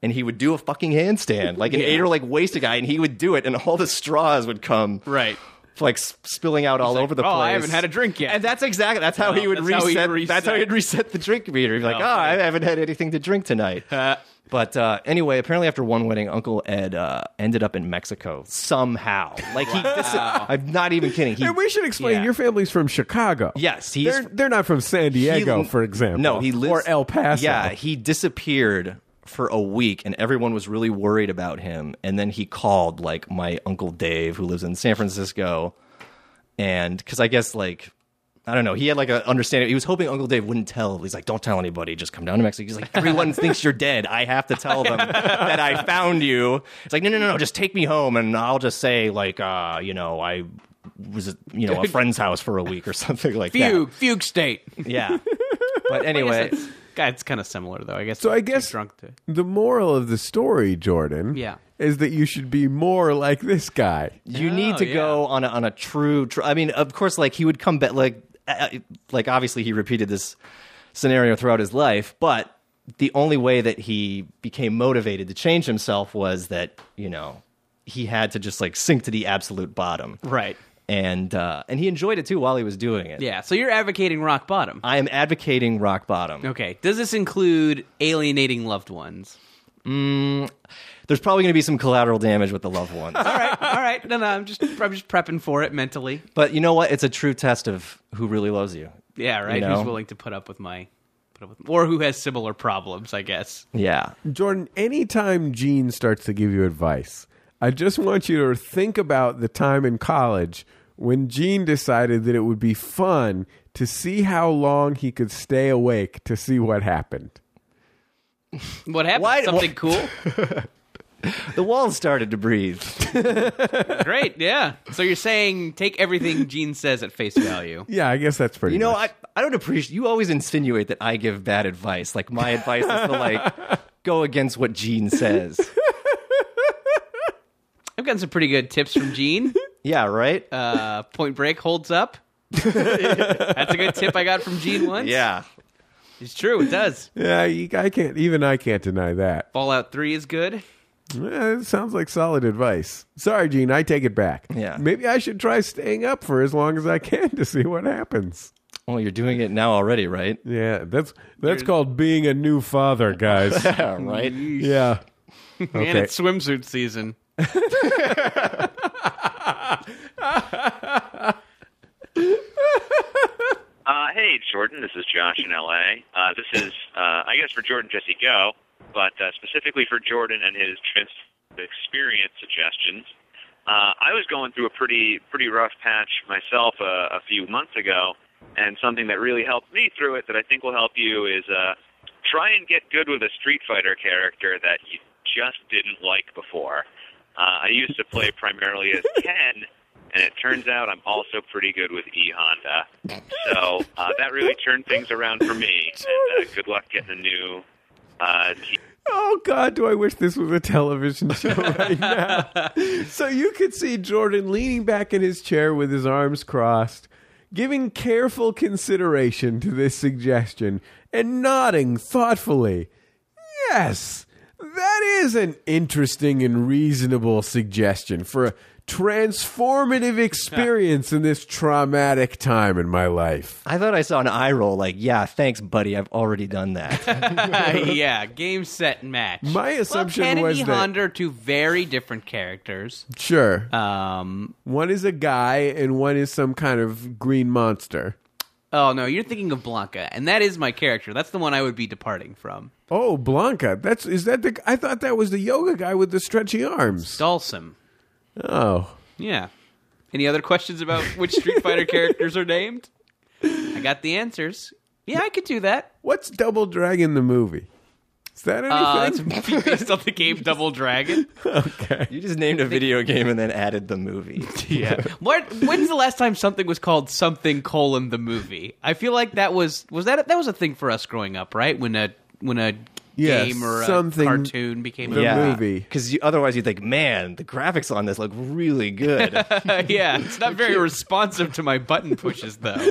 Speaker 5: And he would do a fucking handstand, like an eight or like waist guy, and he would do it, and all the straws would come
Speaker 4: Right.
Speaker 5: like s- spilling out all over the
Speaker 4: "Oh,
Speaker 5: place.
Speaker 4: I haven't had a drink yet."
Speaker 5: and that's exactly that's how
Speaker 4: No,
Speaker 5: he would
Speaker 4: that's how
Speaker 5: reset,
Speaker 4: he'd
Speaker 5: That's how
Speaker 4: reset.
Speaker 5: he'd reset the drink meter. He'd be like,
Speaker 4: Oh,
Speaker 5: "Oh, I haven't had anything to drink tonight." But uh, anyway, apparently after one wedding, Uncle Ed uh, ended up in Mexico somehow. Like he, this, I'm not even kidding. He,
Speaker 3: And we should explain
Speaker 5: yeah.
Speaker 3: your family's from Chicago.
Speaker 5: Yes, he's-
Speaker 3: they're, they're not from San Diego,
Speaker 5: he-
Speaker 3: for example.
Speaker 5: No, he lives
Speaker 3: or El Paso.
Speaker 5: Yeah, he disappeared for a week, and everyone was really worried about him. And then he called like my uncle Dave, who lives in San Francisco, and because I guess like. I don't know. He had like a understanding. He was hoping Uncle Dave wouldn't tell. He's like, "Don't tell anybody. Just come down to Mexico." He's like, "Everyone thinks you're dead. I have to tell them that I found you." It's like, "No, no, no, no. Just take me home, and I'll just say like, uh, you know, I was, at, you know, a friend's house for a week or something like that."
Speaker 4: Fugue. Fugue state.
Speaker 5: Yeah. But anyway,
Speaker 4: It's, God, it's kind of similar though. I guess.
Speaker 3: So I
Speaker 4: too
Speaker 3: guess
Speaker 4: drunk to.
Speaker 3: the moral of the story, Jordan,
Speaker 4: Yeah.
Speaker 3: is that you should be more like this guy.
Speaker 5: you need
Speaker 4: Oh,
Speaker 5: to
Speaker 4: yeah.
Speaker 5: go on a, on a true, tr I mean, of course, like he would come back. Like uh, like obviously he repeated this scenario throughout his life, but the only way that he became motivated to change himself was that you know he had to just like sink to the absolute bottom,
Speaker 4: Right.
Speaker 5: And uh, and he enjoyed it too while he was doing it.
Speaker 4: Yeah. So you're advocating rock bottom.
Speaker 5: I am advocating rock bottom.
Speaker 4: Okay. Does this include alienating loved ones?
Speaker 5: There's probably going to be some collateral damage with the loved ones.
Speaker 4: All right. All right. No, no. I'm just I'm just prepping for it mentally.
Speaker 5: But you know what? It's a true test of who really loves you.
Speaker 4: Yeah. Right.
Speaker 5: know?
Speaker 4: Who's willing to put up with my put up with or who has similar problems? I guess.
Speaker 5: Yeah.
Speaker 3: Jordan, anytime Gene starts to give you advice, I just want you to think about the time in college when Gene decided that it would be fun to see how long he could stay awake to see what happened.
Speaker 4: What happened?
Speaker 5: Why-
Speaker 4: Something cool.
Speaker 5: The walls started to breathe.
Speaker 4: Great. Yeah. So you're saying take everything Gene says at face value.
Speaker 3: Yeah, I guess that's pretty.
Speaker 5: You know,
Speaker 3: much-
Speaker 5: I, I don't appreciate you always insinuate that I give bad advice. Like my advice is to like go against what Gene says.
Speaker 4: I've gotten some pretty good tips from Gene.
Speaker 5: Yeah, right?
Speaker 4: Uh, Point Break holds up. That's a good tip I got from Gene once.
Speaker 5: yeah.
Speaker 4: It's true. It does.
Speaker 3: yeah, you, I can't. Even I can't deny that.
Speaker 4: Fallout Three is good.
Speaker 3: Eh, it sounds like solid advice. Sorry, Gene, I take it back.
Speaker 5: Yeah.
Speaker 3: maybe I should try staying up for as long as I can to see what happens.
Speaker 5: Well, you're doing it now already, right?
Speaker 3: Yeah, that's that's called being a new father, guys.
Speaker 5: Yeah, right?
Speaker 3: yeah.
Speaker 4: And it's swimsuit season.
Speaker 7: Uh, hey, Jordan, this is Josh in LA. Uh, this is, uh, I guess, for Jordan Jesse Go, but uh, specifically for Jordan and his trans experience suggestions. Uh, I was going through a pretty pretty rough patch myself uh, a few months ago, and something that really helped me through it that I think will help you is uh, try and get good with a Street Fighter character that you just didn't like before. Uh, I used to play primarily as Ken, and it turns out I'm also pretty good with E Honda. So uh, that really turned things around for me. And uh, good luck getting a new. Uh, team.
Speaker 3: Oh God, do I wish this was a television show right now? so you could see Jordan leaning back in his chair with his arms crossed, giving careful consideration to this suggestion and nodding thoughtfully. Yes, that is an interesting and reasonable suggestion for a transformative experience in this traumatic time in my life.
Speaker 5: I thought I saw an eye roll like, yeah, thanks, buddy. I've already done that.
Speaker 4: Uh, yeah, game set match.
Speaker 3: My assumption
Speaker 4: well, Ken
Speaker 3: was
Speaker 4: and E.
Speaker 3: that-
Speaker 4: Honda are two very different characters.
Speaker 3: Sure.
Speaker 4: Um,
Speaker 3: one is a guy and one is some kind of green monster.
Speaker 4: oh no, you're thinking of Blanca, and that is my character. That's the one I would be departing from.
Speaker 3: Oh, Blanca. That's is that the I thought that was the yoga guy with the stretchy arms.
Speaker 4: Dalsum.
Speaker 3: Oh.
Speaker 4: Yeah. Any other questions about which Street Fighter characters are named? I got the answers. Yeah, I could do that.
Speaker 3: What's Double Dragon the movie? Is that
Speaker 4: Uh, it's
Speaker 3: anything?
Speaker 4: based on the game Double Dragon.
Speaker 5: you just named a video game and then added the movie.
Speaker 4: Yeah. What? When's the last time something was called something colon the movie? I feel like that was was that that was a thing for us growing up, right? When a when a
Speaker 3: Yes,
Speaker 4: game or a
Speaker 3: something-
Speaker 4: cartoon became a
Speaker 3: the
Speaker 5: yeah.
Speaker 3: movie.
Speaker 5: Because otherwise you'd think, man, the graphics on this look really good.
Speaker 4: yeah, it's not very responsive to my button pushes though.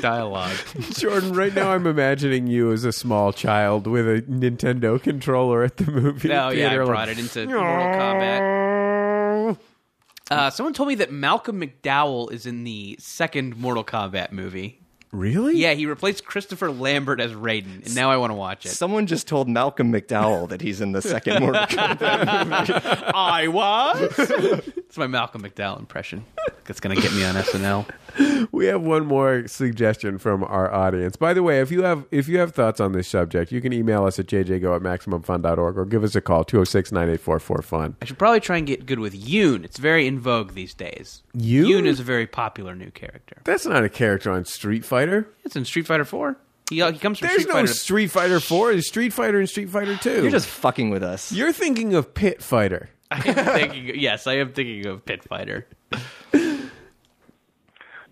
Speaker 4: dialogue.
Speaker 3: Jordan, right now I'm imagining you as a small child with a Nintendo controller at the movie.
Speaker 4: No, yeah, I
Speaker 3: theater,
Speaker 4: brought
Speaker 3: like,
Speaker 4: it into Mortal Kombat. Uh, someone told me that Malcolm McDowell is in the second Mortal Kombat movie.
Speaker 3: Really?
Speaker 4: Yeah, he replaced Christopher Lambert as Raiden, and now I want to watch it.
Speaker 5: Someone just told Malcolm McDowell that he's in the second Mortal Kombat.
Speaker 4: I was. it's my Malcolm McDowell impression. That's gonna get me on SNL.
Speaker 3: We have one more suggestion from our audience. By the way, if you have if you have thoughts on this subject, you can email us at jjgo at maximumfun.org or give us a call 206-9844-FUN.
Speaker 4: I should probably try and get good with Yoon. It's very in vogue these days.
Speaker 3: Yoon?
Speaker 4: Yoon is a very popular new character.
Speaker 3: That's not a character on Street Fighter.
Speaker 4: It's in Street Fighter Four. He, uh, he comes from
Speaker 3: There's
Speaker 4: Street
Speaker 3: no
Speaker 4: Fighter.
Speaker 3: Street Fighter 4. There's Street Fighter and Street Fighter 2.
Speaker 5: You're just fucking with us.
Speaker 3: You're thinking of Pit Fighter.
Speaker 4: I am thinking, yes, I am thinking of Pit Fighter.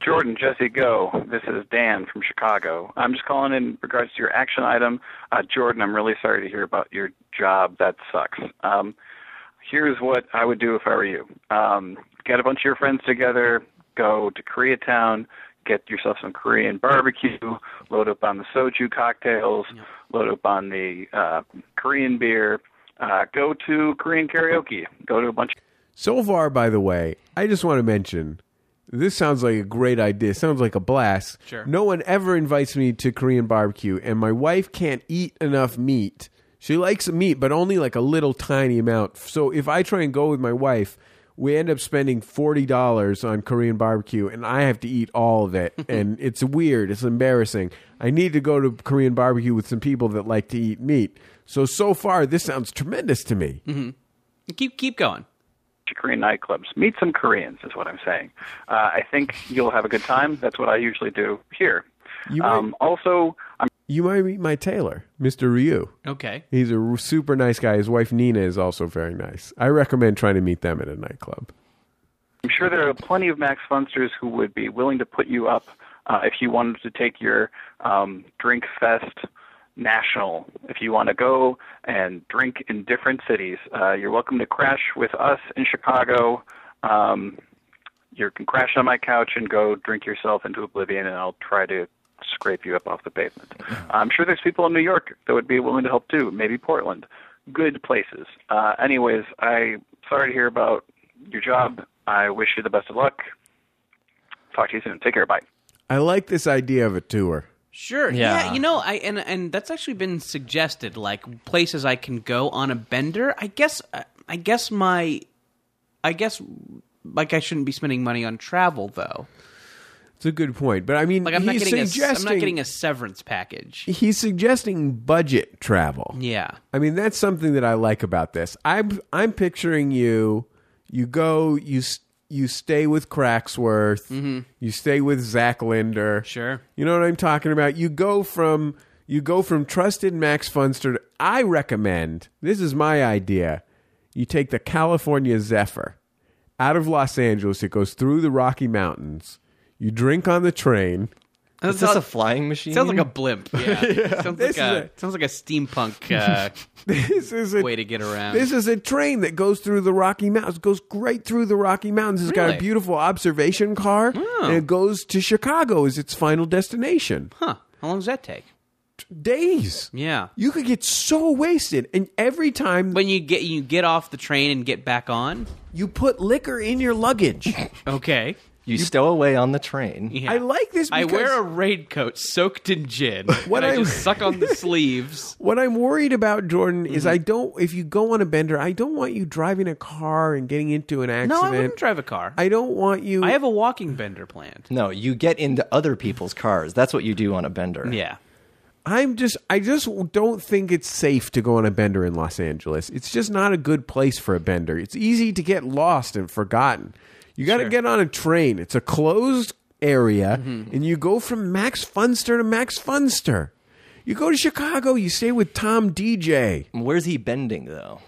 Speaker 8: Jordan, Jesse, go. This is Dan from Chicago. I'm just calling in regards to your action item. Uh, Jordan, I'm really sorry to hear about your job. That sucks. Um, here's what I would do if I were you um, get a bunch of your friends together, go to Koreatown, get yourself some Korean barbecue, load up on the soju cocktails, load up on the uh, Korean beer, uh, go to Korean karaoke, go to a bunch
Speaker 3: So far, by the way, I just want to mention this sounds like a great idea. Sounds like a blast. Sure. No one ever invites me to Korean barbecue, and my wife can't eat enough meat. She likes meat, but only like a little tiny amount. So if I try and go with my wife, we end up spending forty dollars on Korean barbecue, and I have to eat all of it, and it's weird. It's embarrassing. I need to go to Korean barbecue with some people that like to eat meat. So so far, this sounds tremendous to me.
Speaker 4: Keep keep going.
Speaker 8: to Korean nightclubs. Meet some Koreans is what I'm saying. Uh, I think you'll have a good time. That's what I usually do here.
Speaker 3: You might-
Speaker 8: Um, also, I'm
Speaker 3: You might meet my tailor, Mr. Ryu.
Speaker 4: Okay.
Speaker 3: He's a r- super nice guy. His wife Nina is also very nice. I recommend trying to meet them at a nightclub.
Speaker 8: sure there are plenty of Max Funsters who would be willing to put you up uh, if you wanted to take your um, Drink Fest national. If you want to go and drink in different cities, uh, you're welcome to crash with us in Chicago. Um, you can crash on my couch and go drink yourself into oblivion, and I'll try to scrape you up off the pavement. I'm sure there's people in New York that would be willing to help too, maybe Portland. Good places. Uh, anyways, I sorry to hear about your job. I wish you the best of luck. Talk to you soon. Take care. Bye.
Speaker 3: I like this idea of a tour.
Speaker 4: Sure. Yeah.
Speaker 5: Yeah.
Speaker 4: you know, I and and that's actually been suggested, like places I can go on a bender. I guess, uh, I guess my, I guess, like I shouldn't be spending money on travel though.
Speaker 3: It's a good point, but I mean,
Speaker 4: Like I'm not
Speaker 3: he's
Speaker 4: getting, a, I'm
Speaker 3: suggesting
Speaker 4: not getting a severance package.
Speaker 3: he's suggesting budget travel.
Speaker 4: Yeah.
Speaker 3: I mean, that's something that I like about this. I'm I'm picturing you. You go. You s- you stay with Cracksworth. You stay with Zach Linder.
Speaker 4: Mm-hmm. Sure.
Speaker 3: You know what I'm talking about. You go from you go from trusted Max Funster. To, I recommend this is my idea. You take the California Zephyr out of Los Angeles. It goes through the Rocky Mountains. You drink on the train.
Speaker 5: Is this a flying machine?
Speaker 4: Sounds like a blimp. Yeah. Sounds, like
Speaker 3: This
Speaker 4: a,
Speaker 3: is a-
Speaker 4: sounds like a steampunk uh,
Speaker 3: This is a
Speaker 4: way to get around.
Speaker 3: This is a train that goes through the Rocky Mountains, goes right through the Rocky Mountains. It's got
Speaker 4: Really?
Speaker 3: a beautiful observation car, and it goes to Chicago as its final destination.
Speaker 4: huh. How long does that take?
Speaker 3: Days.
Speaker 4: Yeah.
Speaker 3: You could get so wasted, and every time
Speaker 4: When you get you get off the train and get back on.
Speaker 3: you put liquor in your luggage.
Speaker 4: Okay.
Speaker 5: you stow away on the train.
Speaker 4: Yeah.
Speaker 3: I like this.
Speaker 4: I
Speaker 3: Because
Speaker 4: wear a raincoat soaked in gin.
Speaker 3: What
Speaker 4: and I,
Speaker 3: I-
Speaker 4: just suck on the sleeves.
Speaker 3: What I'm worried about, Jordan, is I don't. If you go on a bender, I don't want you driving a car and getting into an
Speaker 4: No,
Speaker 3: accident.
Speaker 4: I wouldn't drive a car. I,
Speaker 3: I don't want you.
Speaker 4: have a walking bender planned.
Speaker 5: No, you get into other people's cars. That's what you do on a bender.
Speaker 4: Yeah.
Speaker 3: I'm just I just don't think it's safe to go on a bender in Los Angeles. It's just not a good place for a bender. It's easy to get lost and forgotten. You got to get on a train. It's a closed area and you go from Max Funster to Max Funster. You go to Chicago, you stay with Tom DJ
Speaker 5: Where's he bending though?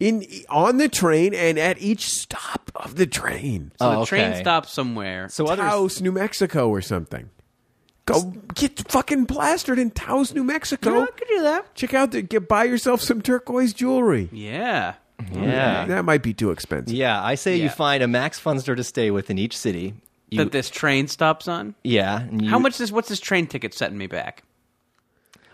Speaker 3: in on the train and at each stop of the train.
Speaker 4: So
Speaker 5: Oh,
Speaker 4: the train
Speaker 5: okay.
Speaker 4: stops somewhere.
Speaker 5: So other
Speaker 3: Taos, New Mexico or something. Go get fucking plastered in Taos, New Mexico.
Speaker 4: Yeah, I could do that.
Speaker 3: Check out the get buy yourself some turquoise jewelry.
Speaker 4: Yeah.
Speaker 5: yeah.
Speaker 3: That might be too expensive.
Speaker 5: Yeah, I say
Speaker 4: Yeah.
Speaker 5: you find a Max Funster to stay with in each city. You,
Speaker 4: that this train stops on.
Speaker 5: yeah. and you-
Speaker 4: How much is what's this train ticket setting me back?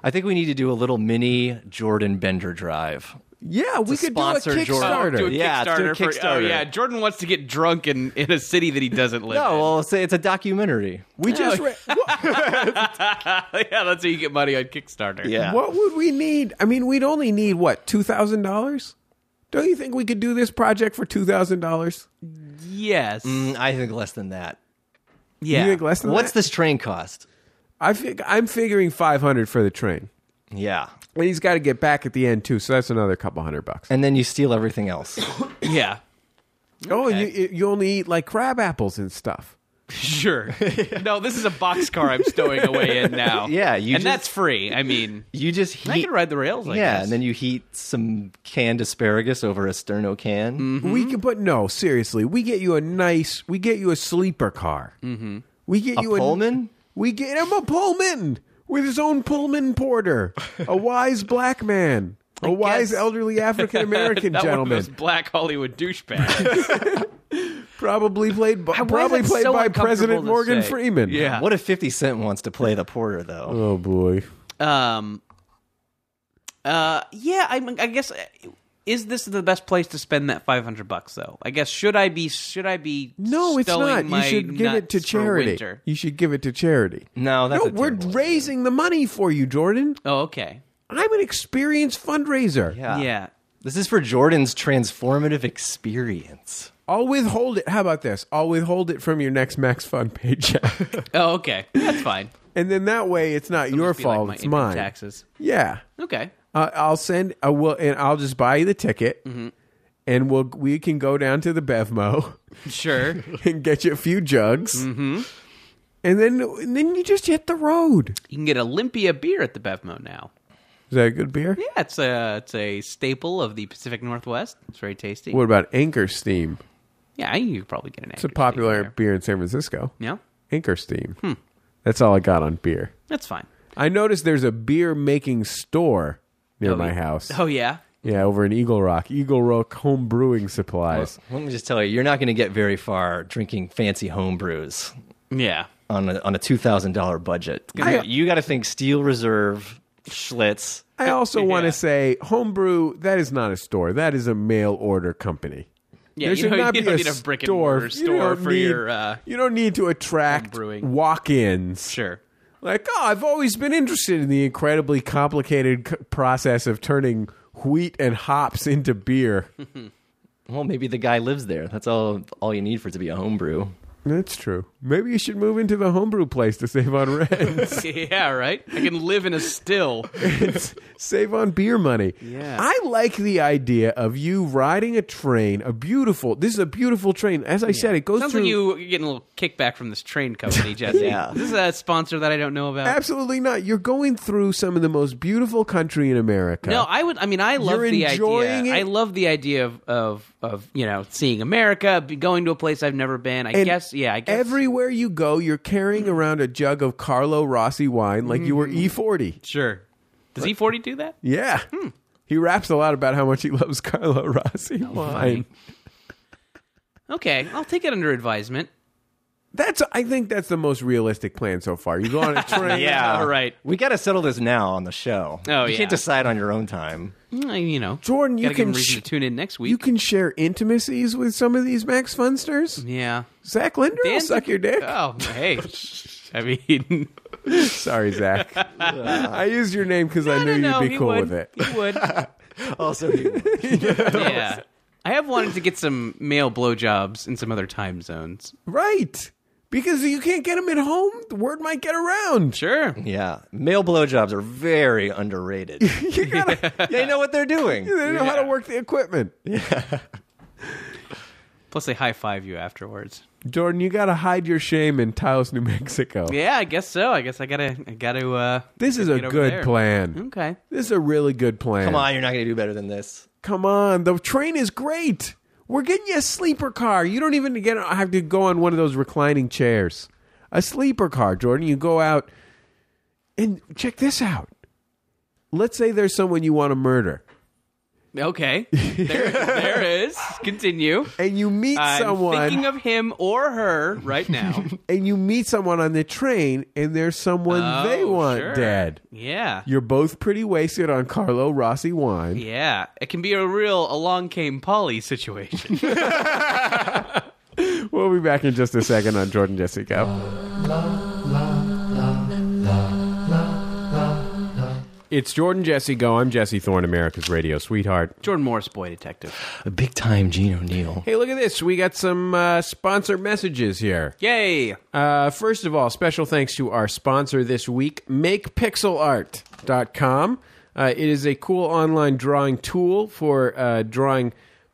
Speaker 5: I think we need to do a little mini Jordan Bender drive.
Speaker 3: Yeah, we
Speaker 5: a
Speaker 3: could do a
Speaker 5: sponsor, Jordan.
Speaker 3: Kickstarter.
Speaker 4: Do a
Speaker 5: Yeah, let's do a
Speaker 4: Kickstarter for- oh
Speaker 5: Kickstarter.
Speaker 4: yeah, Jordan wants to get drunk in, in a city that he doesn't live
Speaker 5: No, well, say it's a documentary.
Speaker 3: we just re- what,
Speaker 4: in. yeah, that's how you get money on Kickstarter.
Speaker 3: what would we need? I mean, we'd only need what two thousand dollars. Don't you think we could do this project for two thousand dollars?
Speaker 4: Yes.
Speaker 5: Mm, I think less than that.
Speaker 4: yeah.
Speaker 3: You think less than
Speaker 5: What's
Speaker 3: that?
Speaker 5: this train cost?
Speaker 3: I fig- I'm figuring five hundred for the train,
Speaker 5: Yeah.
Speaker 3: and he's got to get back at the end too. So that's another couple hundred bucks.
Speaker 5: And then you steal everything else.
Speaker 4: yeah.
Speaker 3: Oh, and you you only eat like crab apples and stuff.
Speaker 4: Sure. no, this is a boxcar I'm stowing away in now.
Speaker 5: Yeah, you
Speaker 4: and
Speaker 5: just-
Speaker 4: that's free. I mean,
Speaker 5: You just heat.
Speaker 4: I can ride the rails. I
Speaker 5: yeah,
Speaker 4: guess.
Speaker 5: and then you heat some canned asparagus over a sterno can.
Speaker 3: We can put no seriously. We get you a nice. We get you a sleeper car. Mm-hmm. We get
Speaker 5: A
Speaker 3: you
Speaker 5: Pullman?
Speaker 3: we get him a Pullman with his own Pullman porter, a wise black man, a wise elderly African American
Speaker 4: that one was
Speaker 3: gentleman.
Speaker 4: black Hollywood douchebag.
Speaker 3: Probably played. By,
Speaker 4: Why is
Speaker 3: probably
Speaker 4: that
Speaker 3: played
Speaker 4: so
Speaker 3: by
Speaker 4: uncomfortable
Speaker 3: President
Speaker 4: to
Speaker 3: Morgan
Speaker 4: say?
Speaker 3: Freeman.
Speaker 4: Yeah.
Speaker 5: What if 50 Cent wants to play the porter, though?
Speaker 3: Oh boy.
Speaker 4: Um. Uh. Yeah. I. mean, I guess. uh, Is this the best place to spend that five hundred bucks? Though I guess should I be should I be
Speaker 3: No, it's
Speaker 4: stowing
Speaker 3: not. You
Speaker 4: my
Speaker 3: should give it
Speaker 4: nuts
Speaker 3: to
Speaker 4: for
Speaker 3: charity.
Speaker 4: winter?
Speaker 3: You should give it to charity.
Speaker 5: No, that's
Speaker 3: no.
Speaker 5: a
Speaker 3: We're
Speaker 5: terrible idea.
Speaker 3: raising the money for you, Jordan.
Speaker 4: Oh, okay.
Speaker 3: I'm an experienced fundraiser.
Speaker 5: Yeah.
Speaker 4: yeah.
Speaker 5: This is for Jordan's transformative experience.
Speaker 3: I'll withhold it. How about this? I'll withhold it from your next Max Fun paycheck,
Speaker 4: Oh, okay. That's fine.
Speaker 3: and then that way it's not your
Speaker 4: Just be like
Speaker 3: fault.
Speaker 4: my
Speaker 3: it's
Speaker 4: income
Speaker 3: mine.
Speaker 4: Taxes.
Speaker 3: Yeah.
Speaker 4: Okay.
Speaker 3: Uh, I'll send. I will, and I'll just buy you the ticket,
Speaker 4: Mm-hmm.
Speaker 3: and we'll we can go down to the Bevmo
Speaker 4: Sure.
Speaker 3: and get you a few jugs, mm-hmm. and then and then you just hit the road.
Speaker 4: you can get Olympia beer at the Bevmo now.
Speaker 3: Is that a good beer?
Speaker 4: Yeah, it's a it's a staple of the Pacific Northwest. It's very tasty.
Speaker 3: What about Anchor Steam?
Speaker 4: Yeah, you could probably get an.
Speaker 3: It's a popular beer in San Francisco.
Speaker 4: Yeah,
Speaker 3: Anchor Steam.
Speaker 4: Hmm.
Speaker 3: That's all I got on beer.
Speaker 4: that's fine.
Speaker 3: I noticed there's a beer making store near
Speaker 4: Oh,
Speaker 3: my
Speaker 4: yeah.
Speaker 3: house.
Speaker 4: Oh yeah.
Speaker 3: Yeah, over in Eagle Rock. Eagle Rock Home Brewing Supplies.
Speaker 5: Let me just tell you, you're not going to get very far drinking fancy home brews
Speaker 4: Yeah.
Speaker 5: on a, on a $2,000 budget.
Speaker 3: I-
Speaker 5: you got to think Steel Reserve, Schlitz.
Speaker 3: I also want
Speaker 4: Oh, Yeah.
Speaker 3: to say, homebrew. That is not a store. That is a mail order company.
Speaker 4: Yeah,
Speaker 3: there
Speaker 4: you
Speaker 3: should
Speaker 4: don't-
Speaker 3: not
Speaker 4: you
Speaker 3: be
Speaker 4: don't
Speaker 3: a
Speaker 4: need a brick and
Speaker 3: store.
Speaker 4: mortar
Speaker 3: You don't
Speaker 4: store for
Speaker 3: need-
Speaker 4: your, uh,
Speaker 3: you don't need to attract
Speaker 4: homebrewing.
Speaker 3: walk-ins.
Speaker 4: Sure.
Speaker 3: Like, oh, I've always been interested in the incredibly complicated c- process of turning wheat and hops into beer.
Speaker 5: Well, maybe the guy lives there. That's all all you need for it to be a home brew.
Speaker 3: That's true. Maybe you should move into the homebrew place to save on rent,
Speaker 4: yeah. Right. I can live in a still.
Speaker 3: save on beer money.
Speaker 4: Yeah.
Speaker 3: I like the idea of you riding a train, a beautiful. This is a beautiful train. As I said, it goes
Speaker 4: Sounds
Speaker 3: through
Speaker 4: like you, you're getting a little kickback from this train company, Jesse.
Speaker 5: Yeah.
Speaker 4: This is a sponsor that I don't know about.
Speaker 3: Absolutely not. You're going through some of the most beautiful country in America.
Speaker 4: No, I would. I mean, I love
Speaker 3: You're
Speaker 4: the
Speaker 3: enjoying
Speaker 4: idea.
Speaker 3: it?
Speaker 4: I love the idea of, of of you know seeing America, be- going to a place I've never been. I
Speaker 3: And
Speaker 4: guess. Yeah. I guess. Hmm.
Speaker 3: Everywhere you go, you're carrying around a jug of Carlo Rossi wine like you were
Speaker 4: Mm-hmm.
Speaker 3: E40.
Speaker 4: Sure. Does E forty do that?
Speaker 3: Yeah.
Speaker 4: Hmm.
Speaker 3: He raps a lot about how much he loves Carlo Rossi
Speaker 4: Oh,
Speaker 3: wine.
Speaker 4: Okay, I'll take it under advisement.
Speaker 3: That's I think that's the most realistic plan so far. You go on a train.
Speaker 5: Yeah.
Speaker 4: All right.
Speaker 5: We got to settle this now on the show.
Speaker 4: Oh,
Speaker 5: you
Speaker 4: yeah.
Speaker 5: can't decide on your own time.
Speaker 4: Mm, You know,
Speaker 3: Jordan, you
Speaker 4: gotta give
Speaker 3: can
Speaker 4: them reason
Speaker 3: sh-
Speaker 4: to tune in next week.
Speaker 3: You can share intimacies with some of these Max Funsters.
Speaker 4: yeah.
Speaker 3: Zach Linder will
Speaker 4: Dan-
Speaker 3: suck your dick.
Speaker 4: Oh, hey. I mean,
Speaker 3: Sorry, Zach.
Speaker 4: Uh,
Speaker 3: I used your name because I
Speaker 4: I
Speaker 3: knew
Speaker 4: don't know.
Speaker 3: you'd be
Speaker 4: he
Speaker 3: cool
Speaker 4: would.
Speaker 3: with it.
Speaker 4: He would.
Speaker 5: Also, you-
Speaker 4: yeah. I have wanted to get some male blowjobs in some other time zones.
Speaker 3: Right. Because you can't get them at home, the word might get around.
Speaker 4: Sure.
Speaker 5: yeah, male blowjobs are very underrated.
Speaker 3: You gotta,
Speaker 5: they know what they're doing.
Speaker 3: they know how to work the equipment.
Speaker 4: Plus, they high five you afterwards.
Speaker 3: Jordan, you gotta hide your shame in Taos, New Mexico.
Speaker 4: Yeah, I guess so. I guess I gotta, I gotta. uh
Speaker 3: This is a
Speaker 4: get over
Speaker 3: good
Speaker 4: there. Hmm?
Speaker 3: plan.
Speaker 4: Okay.
Speaker 3: This is a really good plan.
Speaker 5: Come on, you're not going to do better than this.
Speaker 3: Come on. The train is great. We're getting you a sleeper car. You don't even get have to go on one of those reclining chairs. A sleeper car, Jordan. You go out and check this out. Let's say there's someone you want to murder.
Speaker 4: Okay. There, there is. Continue.
Speaker 3: And you meet
Speaker 4: I'm
Speaker 3: someone
Speaker 4: thinking of him or her right now.
Speaker 3: and you meet someone on the train and there's someone they
Speaker 4: Oh,
Speaker 3: want
Speaker 4: sure.
Speaker 3: dead.
Speaker 4: Yeah.
Speaker 3: You're both pretty wasted on Carlo Rossi wine.
Speaker 4: Yeah, it can be a real along came Polly situation.
Speaker 3: We'll be back in just a second on Jordan Jesse Go. It's Jordan Jesse Go. I'm Jesse Thorne, America's radio sweetheart.
Speaker 4: Jordan Morris, boy detective.
Speaker 5: A big time Gene O'Neill.
Speaker 3: Hey, look at this. We got some uh, sponsor messages here.
Speaker 4: Yay!
Speaker 3: Uh, first of all, special thanks to our sponsor this week, MakePixelArt.com. Uh, it is a cool online drawing tool for uh, drawing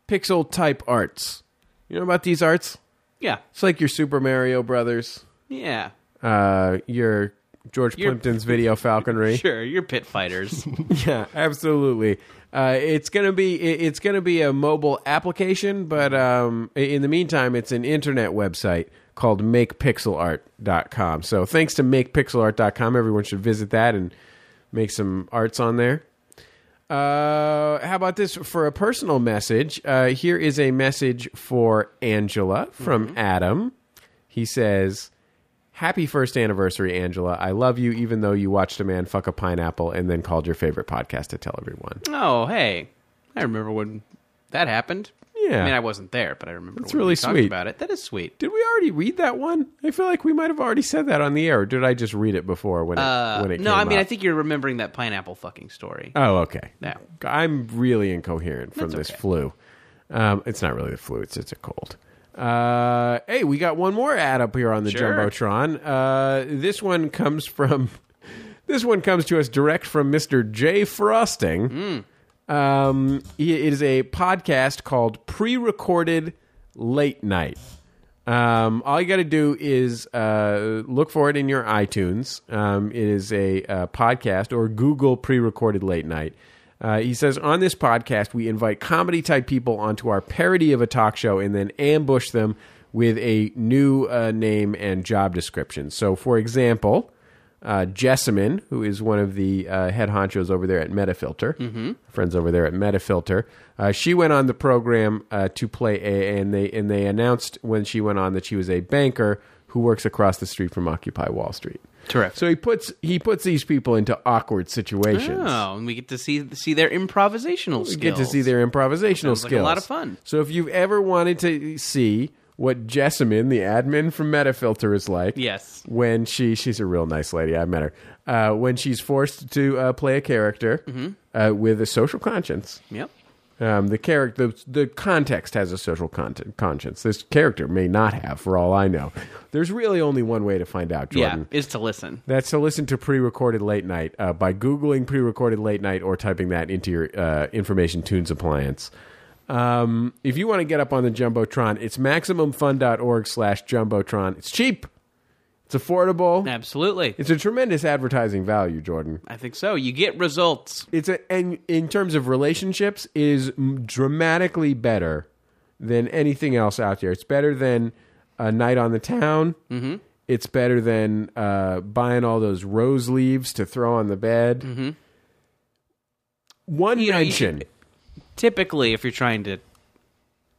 Speaker 3: pixel type arts. You know about these arts?
Speaker 4: Yeah,
Speaker 3: It's like your Super Mario Brothers,
Speaker 4: yeah,
Speaker 3: uh, your George
Speaker 4: Your-
Speaker 3: Plimpton's Video Falconry.
Speaker 4: sure. You're pit fighters.
Speaker 3: Yeah, absolutely. Uh, it's gonna be it- it's gonna be a mobile application, but um, i- in the meantime, it's an internet website called MakePixelArt.com. So thanks to MakePixelArt.com, everyone should visit that and make some arts on there. Uh, how about this for a personal message? Uh, here is a message for Angela from
Speaker 4: Mm-hmm.
Speaker 3: Adam. He says, Happy first anniversary, Angela. I love you, even though you watched a man fuck a pineapple and then called your favorite podcast to tell everyone.
Speaker 4: Oh, hey, I remember when that happened.
Speaker 3: Yeah.
Speaker 4: I mean, I wasn't there, but I remember.
Speaker 3: That's
Speaker 4: when we
Speaker 3: really
Speaker 4: talked
Speaker 3: sweet.
Speaker 4: about it. That is sweet.
Speaker 3: Did we already read that one? I feel like we might have already said that on the air. Or did I just read it before when it,
Speaker 4: Uh,
Speaker 3: when it
Speaker 4: no,
Speaker 3: came
Speaker 4: I mean,
Speaker 3: up?
Speaker 4: I think you're remembering that pineapple fucking story.
Speaker 3: Oh, okay.
Speaker 4: Yeah.
Speaker 3: I'm really incoherent from
Speaker 4: That's
Speaker 3: this
Speaker 4: okay.
Speaker 3: flu. Um, it's not really the flu, it's it's a cold. Uh, hey, we got one more ad up here on the
Speaker 4: Sure.
Speaker 3: Jumbotron. Uh, this one comes from this one comes to us direct from Mr. J Frosting.
Speaker 4: Mm.
Speaker 3: Um, it is a podcast called Pre-Recorded Late Night. Um, all you got to do is uh, look for it in your iTunes. Um, it is a, uh podcast or Google pre-recorded late night. Uh, he says on this podcast we invite comedy type people onto our parody of a talk show and then ambush them with a new uh, name and job description. So, for example, uh, Jessamine, who is one of the uh, head honchos over there at Metafilter, friends over there at Metafilter. Uh, she went on the program uh, to play a, and they and they announced when she went on that she was a banker who works across the street from Occupy Wall Street.
Speaker 4: Terrific.
Speaker 3: So he puts he puts these people into awkward situations.
Speaker 4: Oh, and we get to see see their improvisational skills.
Speaker 3: You get to see their improvisational
Speaker 4: Sounds like
Speaker 3: skills.
Speaker 4: a lot of fun.
Speaker 3: So if you've ever wanted to see what Jessamine, the admin from Metafilter, is like,
Speaker 4: Yes.
Speaker 3: when she she's a real nice lady. I met her. Uh, when she's forced to uh, play a character
Speaker 4: Mm-hmm.
Speaker 3: uh, with a social conscience.
Speaker 4: Yep.
Speaker 3: Um, the character, the, the context has a social content, conscience. This character may not have, for all I know. There's really only one way to find out, Jordan.
Speaker 4: Yeah, is to listen.
Speaker 3: That's to listen to pre-recorded late night uh, by googling pre-recorded late night or typing that into your uh, information tunes appliance. Um, if you want to get up on the jumbotron, it's maximumfun.org/jumbotron. It's cheap, it's affordable,
Speaker 4: Absolutely.
Speaker 3: it's a tremendous advertising value, Jordan.
Speaker 4: I think so. You get results.
Speaker 3: It's a and in terms of relationships it is m- dramatically better than anything else out there. It's better than a night on the town. Mm-hmm. It's better than uh, buying all those rose leaves to throw on the bed. Mm-hmm. One
Speaker 4: You know, you
Speaker 3: mention.
Speaker 4: should- Typically, if you're trying to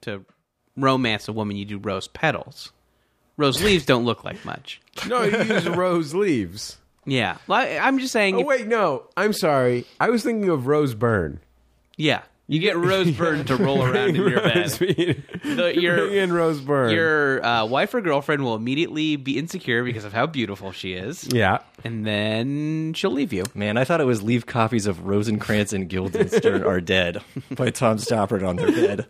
Speaker 4: to romance a woman, you do rose petals. Rose leaves don't look like much.
Speaker 3: no, you use rose leaves.
Speaker 4: Yeah. Well, I- I'm just saying.
Speaker 3: Oh
Speaker 4: if-
Speaker 3: wait, no. I'm sorry. I was thinking of Rose Byrne.
Speaker 4: yeah. You get rose burn to roll around in your bed. The- your-
Speaker 3: Bring in Rose Byrne.
Speaker 4: Your uh, wife or girlfriend will immediately be insecure because of how beautiful she is,
Speaker 3: yeah.
Speaker 4: and then she'll leave you.
Speaker 5: Man, I thought it was leave copies of Rosencrantz and Guildenstern Are Dead by Tom Stoppard on their bed.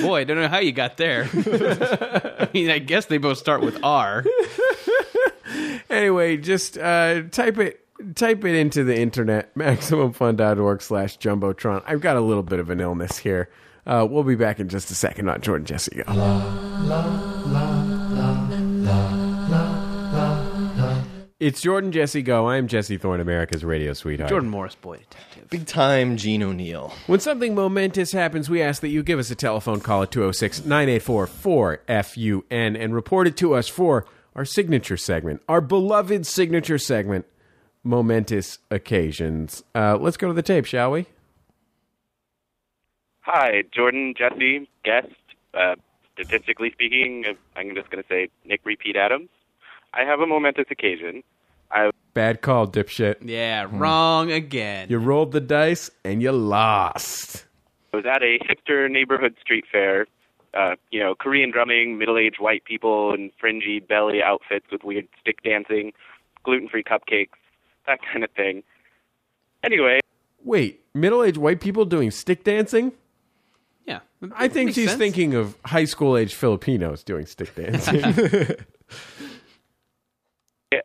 Speaker 4: Boy, I don't know how you got there. I mean, I guess they both start with R.
Speaker 3: anyway, just uh, type it type it into the internet maximumfun.org slash jumbotron i've got a little bit of an illness here uh, we'll be back in just a second on jordan jesse go it's jordan jesse go i'm jesse thorne america's radio sweetheart
Speaker 4: Jordan Morris, boy detective.
Speaker 5: Big time Gene O'Neill.
Speaker 3: when something momentous happens, we ask that you give us a telephone call at 206 984 4FUN and report it to us for our signature segment, our beloved signature segment, Momentous Occasions. Uh, let's go to the tape, shall we?
Speaker 9: Hi, Jordan, Jesse, guest. Uh, statistically speaking, I'm just going to say Nick Repeat Adams. I have a momentous occasion.
Speaker 3: Bad call, dipshit.
Speaker 4: Yeah, wrong again.
Speaker 3: You rolled the dice and you lost.
Speaker 9: I was at a hipster neighborhood street fair. Uh, you know, Korean drumming, middle-aged white people in fringy belly outfits with weird stick dancing, gluten-free cupcakes, that kind of thing. Anyway,
Speaker 3: Wait, middle aged white people doing stick dancing?
Speaker 4: yeah,
Speaker 3: I think
Speaker 4: Makes
Speaker 3: she's
Speaker 4: sense.
Speaker 3: thinking of high school age Filipinos doing stick dancing.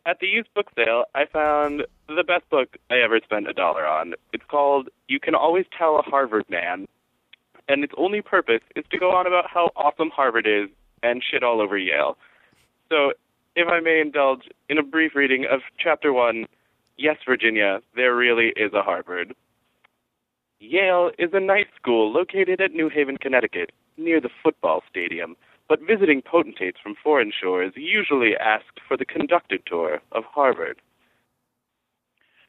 Speaker 9: at the used book sale, I found the best book I ever spent a dollar on. It's called You Can Always Tell a Harvard Man, and its only purpose is to go on about how awesome Harvard is and shit all over Yale. So, if I may indulge in a brief reading of chapter 1, Yes, Virginia, there really is a Harvard. Yale is a night school located at New Haven, Connecticut, near the football stadium. But visiting potentates from foreign shores usually asked for the conductor tour of Harvard.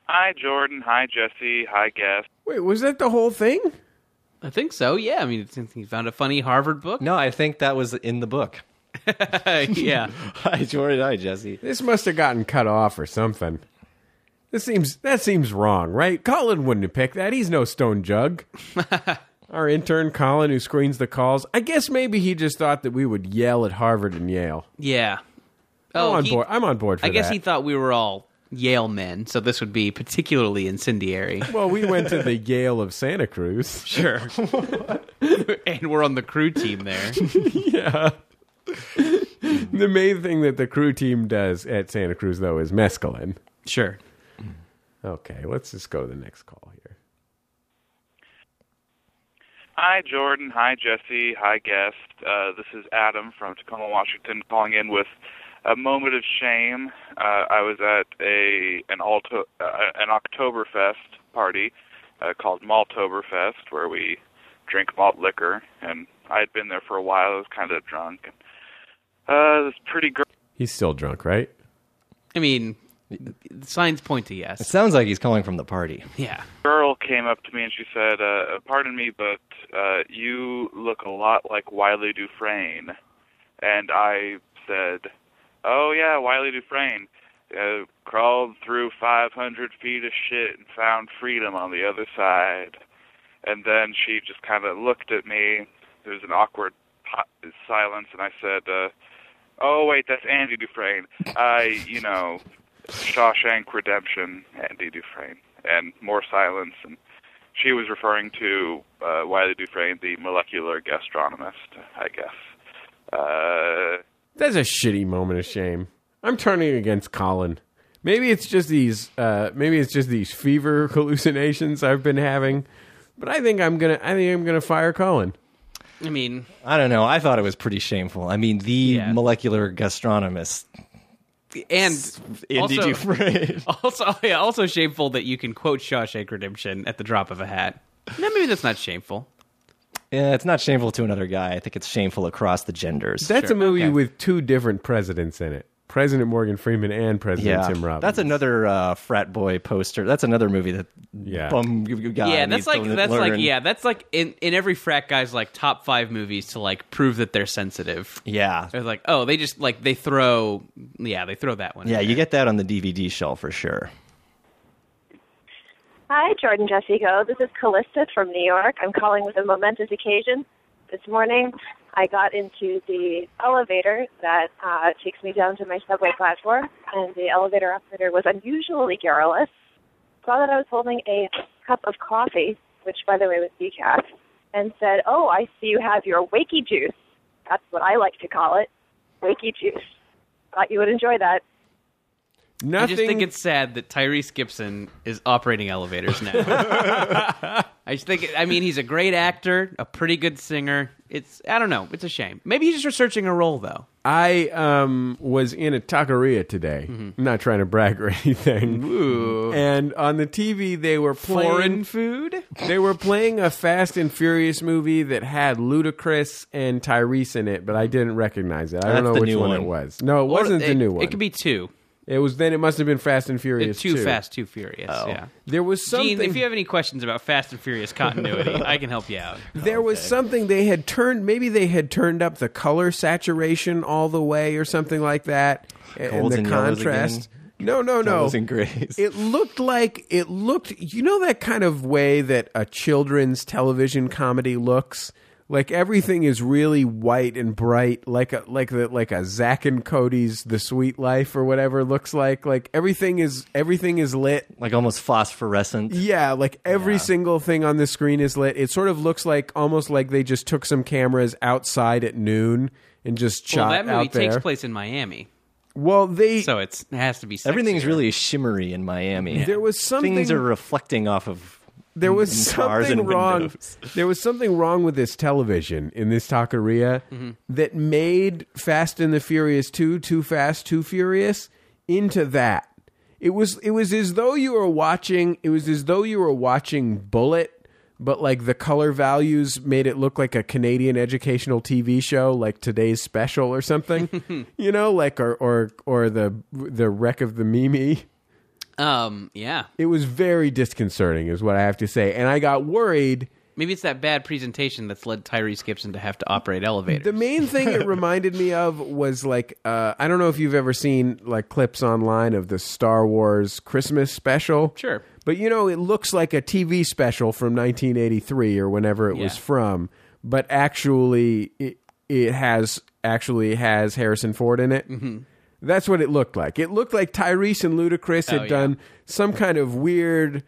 Speaker 10: Hi, Jordan. Hi, Jesse. Hi, guest.
Speaker 3: Wait, was that the whole thing?
Speaker 4: I think so. Yeah. I mean, it's- you found a funny Harvard book.
Speaker 5: No, I think that was in the book.
Speaker 4: yeah.
Speaker 5: Hi, Jordan. Hi, Jesse.
Speaker 3: This must have gotten cut off or something. This seems that seems wrong, right? Colin wouldn't have picked that. He's no stone jug. Our intern Colin, who screens the calls, I guess maybe he just thought that we would yell at Harvard and Yale.
Speaker 4: Yeah.
Speaker 3: I'm on
Speaker 4: Oh, he-
Speaker 3: board. I'm on board for
Speaker 4: I guess
Speaker 3: that.
Speaker 4: he thought we were all Yale men, so this would be particularly incendiary.
Speaker 3: well, we went to the Yale of Santa Cruz.
Speaker 4: sure. and we're on the crew team there.
Speaker 3: yeah. the main thing that the crew team does at Santa Cruz, though, is mescaline.
Speaker 4: Sure.
Speaker 3: Okay, let's just go to the next call here.
Speaker 10: Hi, Jordan. Hi, Jesse. Hi, guest. Uh, this is Adam from Tacoma, Washington, calling in with a moment of shame. Uh, I was at a an Alto, uh, an Oktoberfest party uh, called Maltoberfest, where we drink malt liquor, and I had been there for a while. I was kind of drunk. And, uh, this pretty girl.
Speaker 3: He's still drunk, right?
Speaker 4: I mean, the signs point to yes.
Speaker 5: It sounds like he's calling from the party.
Speaker 4: yeah.
Speaker 10: girl came up to me and she said, uh, "Pardon me, but uh, you look a lot like Wiley Dufresne." And I said, "Oh yeah, Wiley Dufresne uh, crawled through 500 feet of shit and found freedom on the other side." And then she just kind of looked at me. There was an awkward po- silence, and I said, uh, "Oh wait, that's Andy Dufresne. I, you know, Shawshank Redemption, Andy Dufresne." And more silence. And she was referring to uh, Wiley Dufresne, the molecular gastronomist, I guess. Uh,
Speaker 3: That's a shitty moment of shame. I'm turning against Colin. Maybe it's just these uh, maybe it's just these fever hallucinations I've been having. But I think I'm gonna I think I'm gonna fire Colin.
Speaker 4: I mean,
Speaker 5: I don't know. I thought it was pretty shameful. I mean, the
Speaker 4: Yeah.
Speaker 5: molecular gastronomist,
Speaker 4: and
Speaker 5: Andy
Speaker 4: also,
Speaker 5: Dufresne.
Speaker 4: also, yeah, also shameful that you can quote Shawshank Redemption at the drop of a hat. No, maybe that's not shameful.
Speaker 5: yeah, it's not shameful to another guy. I think it's shameful across the genders.
Speaker 3: That's
Speaker 4: Sure,
Speaker 3: a movie
Speaker 4: okay.
Speaker 3: with two different presidents in it. President Morgan Freeman and President
Speaker 5: yeah,
Speaker 3: Tim Robbins.
Speaker 5: that's another uh, frat boy poster. That's another movie that
Speaker 3: Yeah.
Speaker 5: bum g- g- guy.
Speaker 4: yeah,
Speaker 5: needs
Speaker 4: that's like
Speaker 5: to
Speaker 4: that's
Speaker 5: learn.
Speaker 4: like yeah, that's like in in every frat guy's like top five movies to like prove that they're sensitive.
Speaker 5: yeah,
Speaker 4: They're like, oh, they just like they throw, yeah, they throw that one. in
Speaker 5: yeah. You
Speaker 4: there.
Speaker 5: get that on the DVD shelf for sure.
Speaker 11: Hi, Jordan Jessico. This is Callista from New York. I'm calling with a momentous occasion. This morning, I got into the elevator that uh, takes me down to my subway platform, and the elevator operator was unusually garrulous. Saw that I was holding a cup of coffee, which, by the way, was decaf, and said, "Oh, I see you have your wakey juice. That's what I like to call it, wakey juice. Thought you would enjoy that."
Speaker 3: nothing.
Speaker 4: I just think it's sad that Tyrese Gibson is operating elevators now. I just think, I mean, he's a great actor, a pretty good singer. It's, I don't know, it's a shame. Maybe he's just researching a role though.
Speaker 3: I um, was in a taqueria today.
Speaker 4: Mm-hmm.
Speaker 3: I'm not trying to brag or anything. And on the TV, they were playing
Speaker 4: Foreign food.
Speaker 3: They were playing a Fast and Furious movie that had Ludacris and Tyrese in it, but I didn't recognize it. I don't
Speaker 5: That's
Speaker 3: know
Speaker 5: the
Speaker 3: which
Speaker 5: new
Speaker 3: one, it
Speaker 5: one.
Speaker 3: was. No, it wasn't the
Speaker 4: It-
Speaker 3: new one.
Speaker 4: It could be two. Uh,
Speaker 3: It was then. It must have been Fast and Furious.
Speaker 4: Too
Speaker 3: 2.
Speaker 4: fast, too furious. Yeah.
Speaker 3: There was something.
Speaker 4: Gene, if you have any questions about Fast and Furious continuity, I can help you out.
Speaker 3: there was something they had turned. Maybe they had turned up the color saturation all the way, or something like that, and,
Speaker 5: Golds
Speaker 3: the
Speaker 5: and yellows
Speaker 3: contrast. No, no, no.
Speaker 5: Yellows and grays.
Speaker 3: It looked like it looked. You know that kind of way that a children's television comedy looks. Like everything is really white and bright, like a like the like a Zack and Cody's The Sweet Life or whatever looks like. Like everything is everything is lit
Speaker 5: Like almost phosphorescent.
Speaker 3: yeah, like every single thing on the screen is lit. It sort of looks like almost like they just took some cameras outside at noon and just
Speaker 4: Well,
Speaker 3: shot
Speaker 4: that movie
Speaker 3: out there.
Speaker 4: takes place in Miami,
Speaker 3: well, they
Speaker 4: so it's, it has to be. Sexier.
Speaker 5: Everything's really shimmery in Miami.
Speaker 3: there was something
Speaker 5: Things are reflecting off of.
Speaker 3: there was
Speaker 5: in cars
Speaker 3: something
Speaker 5: and
Speaker 3: wrong.
Speaker 5: windows.
Speaker 3: There was something wrong with this television in this taqueria
Speaker 5: Mm-hmm.
Speaker 3: that made Fast and the Furious two, Too Fast, Too Furious into that. It was it was as though you were watching. It was as though you were watching Bullet. But like the color values made it look like a Canadian educational TV show, like today's special or something, you know, like or or or the the wreck of the Mimi.
Speaker 4: Um, yeah.
Speaker 3: It was very disconcerting, is what I have to say. And I got worried.
Speaker 4: Maybe it's that bad presentation that's led Tyrese Gibson to have to operate elevators.
Speaker 3: The main thing it reminded me of was like uh, I don't know if you've ever seen like clips online of the Star Wars Christmas special.
Speaker 4: Sure.
Speaker 3: But you know, it looks like a TV special from 1983 or whenever it was
Speaker 4: Yeah.
Speaker 3: from, but actually it, it has actually has Harrison Ford in it. Mm-hmm. That's what it looked like. It looked like Tyrese and Ludacris had
Speaker 4: Oh, yeah.
Speaker 3: done some kind of weird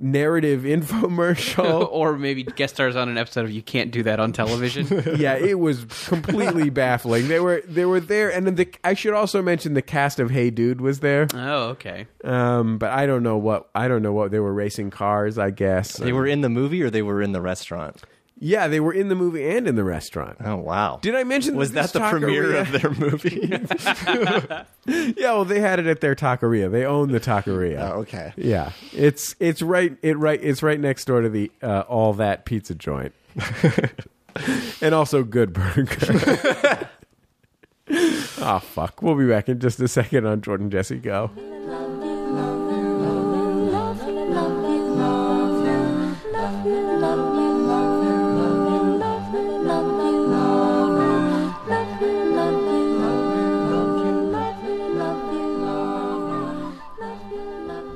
Speaker 3: narrative infomercial.
Speaker 4: or maybe guest stars on an episode of You Can't Do That on Television.
Speaker 3: yeah, it was completely baffling. They were they were there, and then the, I should also mention the cast of Hey Dude was there.
Speaker 4: oh, okay.
Speaker 3: Um, but I don't know what I don't know what they were racing cars. I guess
Speaker 5: They were in the movie or they were in the restaurant?
Speaker 3: yeah, they were in the movie and in the restaurant.
Speaker 5: Oh, wow.
Speaker 3: Did I mention
Speaker 5: Was
Speaker 3: this
Speaker 5: that the premiere
Speaker 3: taqueria-
Speaker 5: of their movie?
Speaker 3: Yeah, well, they had it at their taqueria. They own the taqueria.
Speaker 5: Oh, okay.
Speaker 3: Yeah, it's it's right it right it's right next door to the uh, all that pizza joint, and also Good Burger. oh fuck! We'll be back in just a second on Jordan Jesse Go.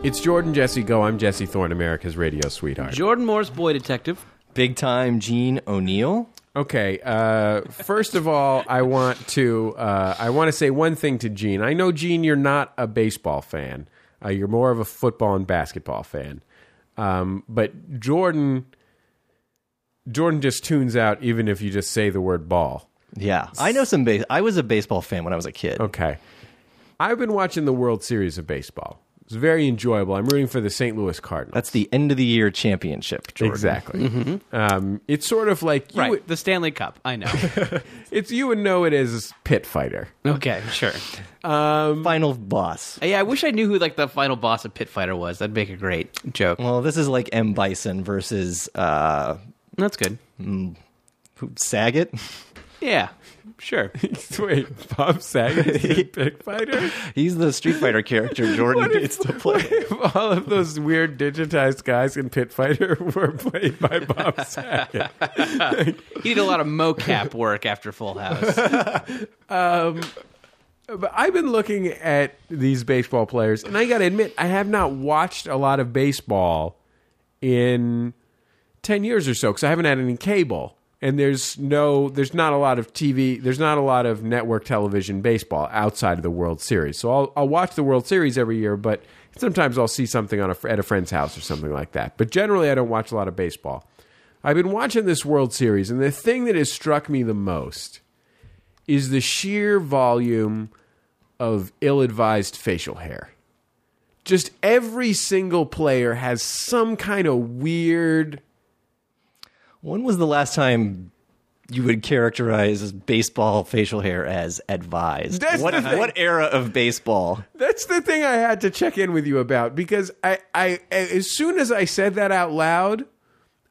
Speaker 3: It's Jordan Jesse Go. I'm Jesse Thorne, America's radio sweetheart.
Speaker 4: Jordan Moore's boy detective.
Speaker 5: Big time Gene O'Neill.
Speaker 3: Okay. Uh, first of all, I want to uh, I want to say one thing to Gene. I know Gene, you're not a baseball fan. Uh, you're more of a football and basketball fan. Um, but Jordan, Jordan just tunes out even if you just say the word ball.
Speaker 5: Yeah, I know some base. I was a baseball fan when I was a kid.
Speaker 3: Okay. I've been watching the World Series of baseball. It's very enjoyable. I'm rooting for the St. Louis Cardinals.
Speaker 5: That's the end of the year championship. Jordan. Mm-hmm.
Speaker 3: exactly. Um, it's sort of like you
Speaker 4: Right.
Speaker 3: would,
Speaker 4: the Stanley Cup. I know.
Speaker 3: it's you would know it as pit fighter.
Speaker 4: okay, sure.
Speaker 5: Final boss.
Speaker 4: Yeah, I wish I knew who like the final boss of Pit Fighter was. That'd make a great joke.
Speaker 5: Well, this is like M Bison versus uh,
Speaker 4: That's good.
Speaker 5: who- Saget.
Speaker 4: Yeah, sure.
Speaker 3: Wait, Bob Saget is in Pit Fighter?
Speaker 5: He's the Street Fighter character Jordan needs to play.
Speaker 3: If all of those weird digitized guys in Pit Fighter were played by Bob Saget.
Speaker 4: He did a lot of mocap work after Full House.
Speaker 3: But I've been looking at these baseball players, and I got to admit, I have not watched a lot of baseball in 10 years or so because I haven't had any cable. And there's no, there's not a lot of TV, there's not a lot of network television baseball outside of the World Series. So I'll, I'll watch the World Series every year, but sometimes I'll see something on a, fr- at a friend's house or something like that. But generally, I don't watch a lot of baseball. I've been watching this World Series, and the thing that has struck me the most is the sheer volume of ill advised facial hair. Just every single player has some kind of weird.
Speaker 5: When was the last time you would characterize baseball facial hair as advised?
Speaker 3: That's
Speaker 5: what,
Speaker 3: the thing.
Speaker 5: what era of baseball?
Speaker 3: That's the thing I had to check in with you about because I, I as soon as I said that out loud,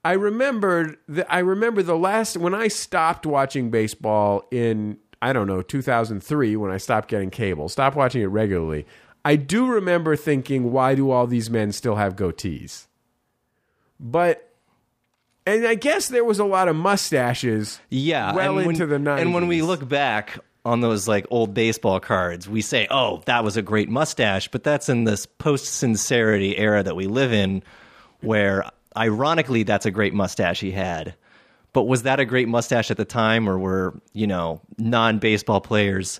Speaker 3: I remembered that I remember the last when I stopped watching baseball in I don't know 2003 when I stopped getting cable, stopped watching it regularly. I do remember thinking, why do all these men still have goatees? But and I guess there was a lot of mustaches.
Speaker 5: Yeah,
Speaker 3: well
Speaker 5: and when-
Speaker 3: into the 90s.
Speaker 5: And when we look back on those like old baseball cards, we say, "Oh, that was a great mustache," but that's in this post-sincerity era that we live in where ironically that's a great mustache he had. But was that a great mustache at the time or were, you know, non-baseball players,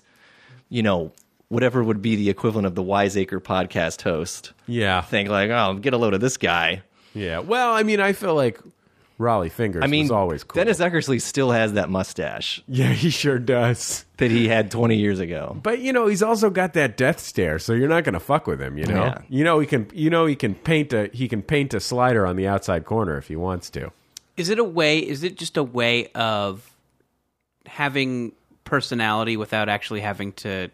Speaker 5: you know, whatever would be the equivalent of the Wiseacre podcast host?
Speaker 3: Yeah,
Speaker 5: Think like, "Oh, get a load of this guy."
Speaker 3: yeah. Well, I mean, I feel like Raleigh fingers.
Speaker 5: I mean,
Speaker 3: was always cool.
Speaker 5: Dennis Eckersley still has that mustache
Speaker 3: Yeah, he sure does.
Speaker 5: that he had 20 years ago.
Speaker 3: But you know, he's also got that death stare, so you're not going to fuck with him. You know,
Speaker 5: Yeah.
Speaker 3: you know he can, you know he can paint a he can paint a slider on the outside corner if he wants to.
Speaker 4: Is it a way? Is it just a way of having personality without actually having to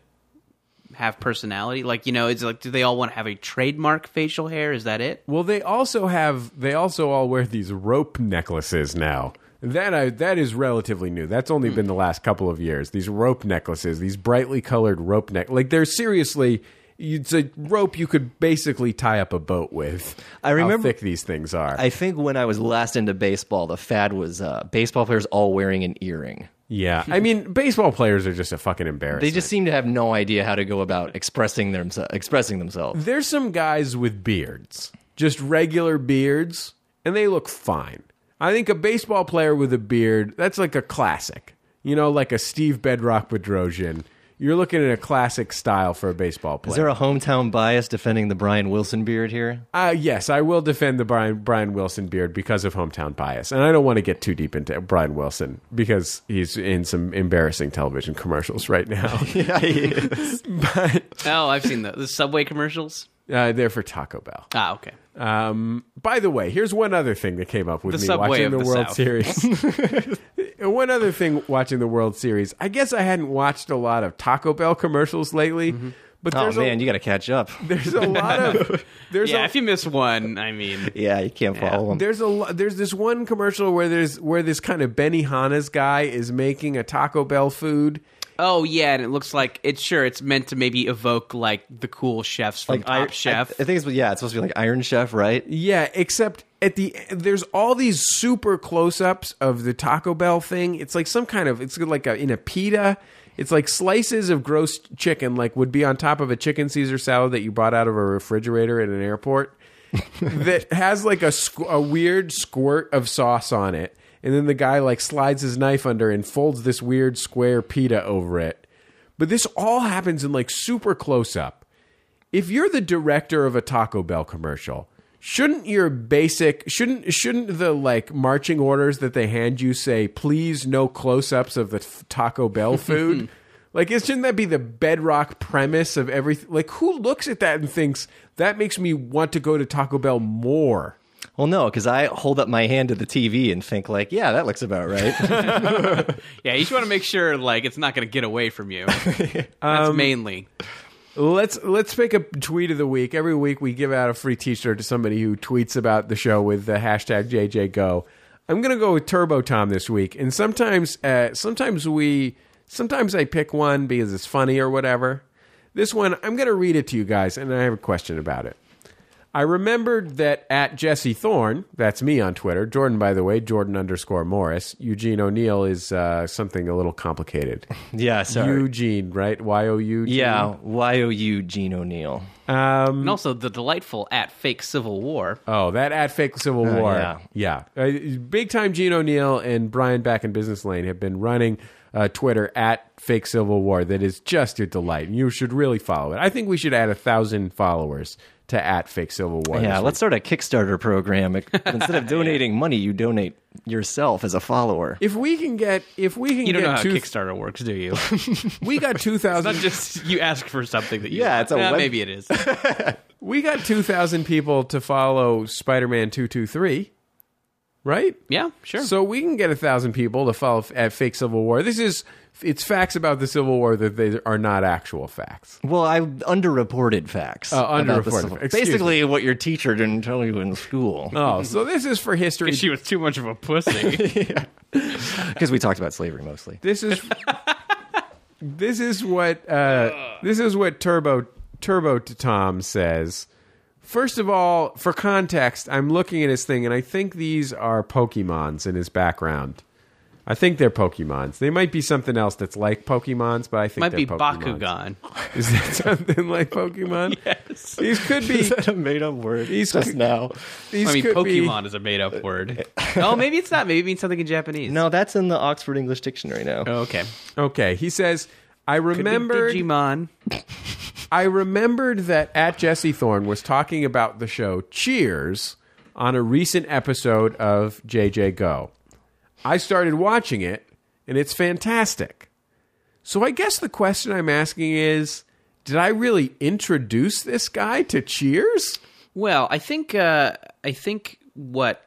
Speaker 4: have personality? Like you know, it's like do they all want to have a trademark facial hair? Is that it?
Speaker 3: Well, they also have they also all wear these rope necklaces now. That I, that is relatively new. That's
Speaker 5: Hmm.
Speaker 3: only been the last couple of years. These rope necklaces, these brightly colored rope neck, like they're seriously. it's a rope you could basically tie up a boat with.
Speaker 5: I remember-
Speaker 3: how thick these things are.
Speaker 5: I think when I was last into baseball, the fad was uh, baseball players all wearing an earring.
Speaker 3: yeah, I mean, baseball players are just a fucking embarrassment.
Speaker 5: They just seem to have no idea how to go about expressing them, expressing themselves.
Speaker 3: There's some guys with beards, just regular beards, and they look fine. I think a baseball player with a beard, that's like a classic. You know, like a Steve Bedrock Bedrosian. You're looking at a classic style for a baseball player.
Speaker 5: Is there a hometown bias defending the Brian Wilson beard here?
Speaker 3: Uh, yes, I will defend the Brian Brian Wilson beard because of hometown bias, and I don't want to get too deep into Brian Wilson because he's in some embarrassing television commercials right now.
Speaker 5: yeah, he is.
Speaker 3: but
Speaker 4: Oh, I've seen the, the Subway commercials.
Speaker 3: uh, they're for Taco Bell.
Speaker 4: Ah, okay.
Speaker 3: Um, by the way, here's one other thing that came up with
Speaker 4: The
Speaker 3: me
Speaker 4: Subway
Speaker 3: watching
Speaker 4: of
Speaker 3: the,
Speaker 4: the
Speaker 3: World
Speaker 4: South.
Speaker 3: Series. And one other thing watching the World Series. I guess I hadn't watched a lot of Taco Bell commercials lately,
Speaker 4: Mm-hmm.
Speaker 3: but
Speaker 5: Oh
Speaker 3: there's
Speaker 5: man,
Speaker 3: a,
Speaker 5: you got to catch up.
Speaker 3: there's a lot of there's
Speaker 4: yeah,
Speaker 3: a,
Speaker 4: if you miss one, I mean,
Speaker 5: Yeah, you can't follow him.
Speaker 3: There's a lo- there's this one commercial where there's where this kind of Benny Hanna's guy is making a Taco Bell food.
Speaker 4: oh yeah, and it looks like it's sure it's meant to maybe evoke like the cool chefs from Top
Speaker 5: I-
Speaker 4: Chef.
Speaker 5: I, I think it's yeah, it's supposed to be like Iron Chef, right?
Speaker 3: Yeah, except at the there's all these super close-ups of the Taco Bell thing. It's like some kind of it's like a, in a pita. It's like slices of gross chicken like would be on top of a chicken Caesar salad that you bought out of a refrigerator at an airport that has like a squ- a weird squirt of sauce on it. And then the guy like slides his knife under and folds this weird square pita over it. But this all happens in like super close up if you're the director of a Taco Bell commercial, shouldn't your basic shouldn't shouldn't the like marching orders that they hand you say please no close-ups of the f- Taco Bell food? like is- shouldn't that be the bedrock premise of everything? Like who looks at that and thinks that makes me want to go to Taco Bell more?
Speaker 5: Well, no, because I hold up my hand to the TV and think like, yeah, that looks about right.
Speaker 4: yeah, you just want to make sure like it's not going to get away from you. That's mainly.
Speaker 3: Let's let's pick a tweet of the week. Every week we give out a free T-shirt to somebody who tweets about the show with the hashtag JJGo. I'm gonna go with Turbo Tom this week, and sometimes uh, sometimes we sometimes I pick one because it's funny or whatever. This one I'm gonna read it to you guys, and I have a question about it. I remembered that at Jesse Thorne, that's me on Twitter, Jordan, by the way, Jordan underscore Morris, Eugene O'Neill is uh, something a little complicated.
Speaker 5: yeah, sorry.
Speaker 3: Eugene, right? Y O U. E
Speaker 5: yeah, Y O U Gene O'Neill.
Speaker 3: Um,
Speaker 4: And also the delightful at fake Civil War.
Speaker 3: Oh, that at fake Civil War. yeah. Uh, big time Gene O'Neill and Brian back in Business Lane have been running uh, Twitter at fake Civil War. That is just a delight. And you should really follow it. I think we should add a thousand followers to at fake Civil War.
Speaker 5: Yeah,
Speaker 3: this
Speaker 5: let's
Speaker 3: week.
Speaker 5: start a Kickstarter program. Instead of donating money, you donate yourself as a follower.
Speaker 3: If we can get, if we can
Speaker 4: You don't
Speaker 3: get
Speaker 4: know how
Speaker 3: two,
Speaker 4: Kickstarter works, do you?
Speaker 3: we got two
Speaker 4: Not
Speaker 3: thousand.
Speaker 4: just you ask for something that you
Speaker 5: Yeah, it's a
Speaker 4: Nah,
Speaker 5: web-
Speaker 4: maybe it is.
Speaker 3: we got two thousand people to follow Spider Man two two three, right?
Speaker 4: Yeah, sure.
Speaker 3: So we can get a thousand people to follow f- at fake Civil War. This is it's facts about the Civil War that they are not actual facts.
Speaker 5: Well, I underreported facts.
Speaker 3: Oh,
Speaker 5: about the
Speaker 3: underreported.
Speaker 5: Civil-
Speaker 3: Excuse
Speaker 5: Basically, what your teacher didn't tell you in school.
Speaker 3: Oh, so this is for history.
Speaker 4: she was too much of a pussy.
Speaker 5: Because we talked about slavery mostly.
Speaker 3: This is this is what uh, this is what Turbo Turbo Tom says. First of all, for context, I'm looking at his thing, and I think these are Pokemons in his background. I think they're Pokemons. They might be something else that's like Pokemons, but I think
Speaker 4: Might
Speaker 3: they're
Speaker 4: be
Speaker 3: Pokemons.
Speaker 4: Bakugan.
Speaker 3: Is that something like Pokemon? yes. These could be.
Speaker 5: a made up word
Speaker 3: These just
Speaker 5: now?
Speaker 3: These
Speaker 4: I mean,
Speaker 3: could
Speaker 4: Pokemon is a made up word. oh, maybe it's not. Maybe it means something in Japanese.
Speaker 5: No, that's in the Oxford English Dictionary now.
Speaker 4: Oh, okay.
Speaker 3: Be, okay, he says. I remembered.
Speaker 4: Digimon.
Speaker 3: I remembered that at Jesse Thorne was talking about the show Cheers on a recent episode of JJ Go. I started watching it, and it's fantastic. So I guess the question I'm asking is, did I really introduce this guy to Cheers?
Speaker 4: Well, I think uh, I think what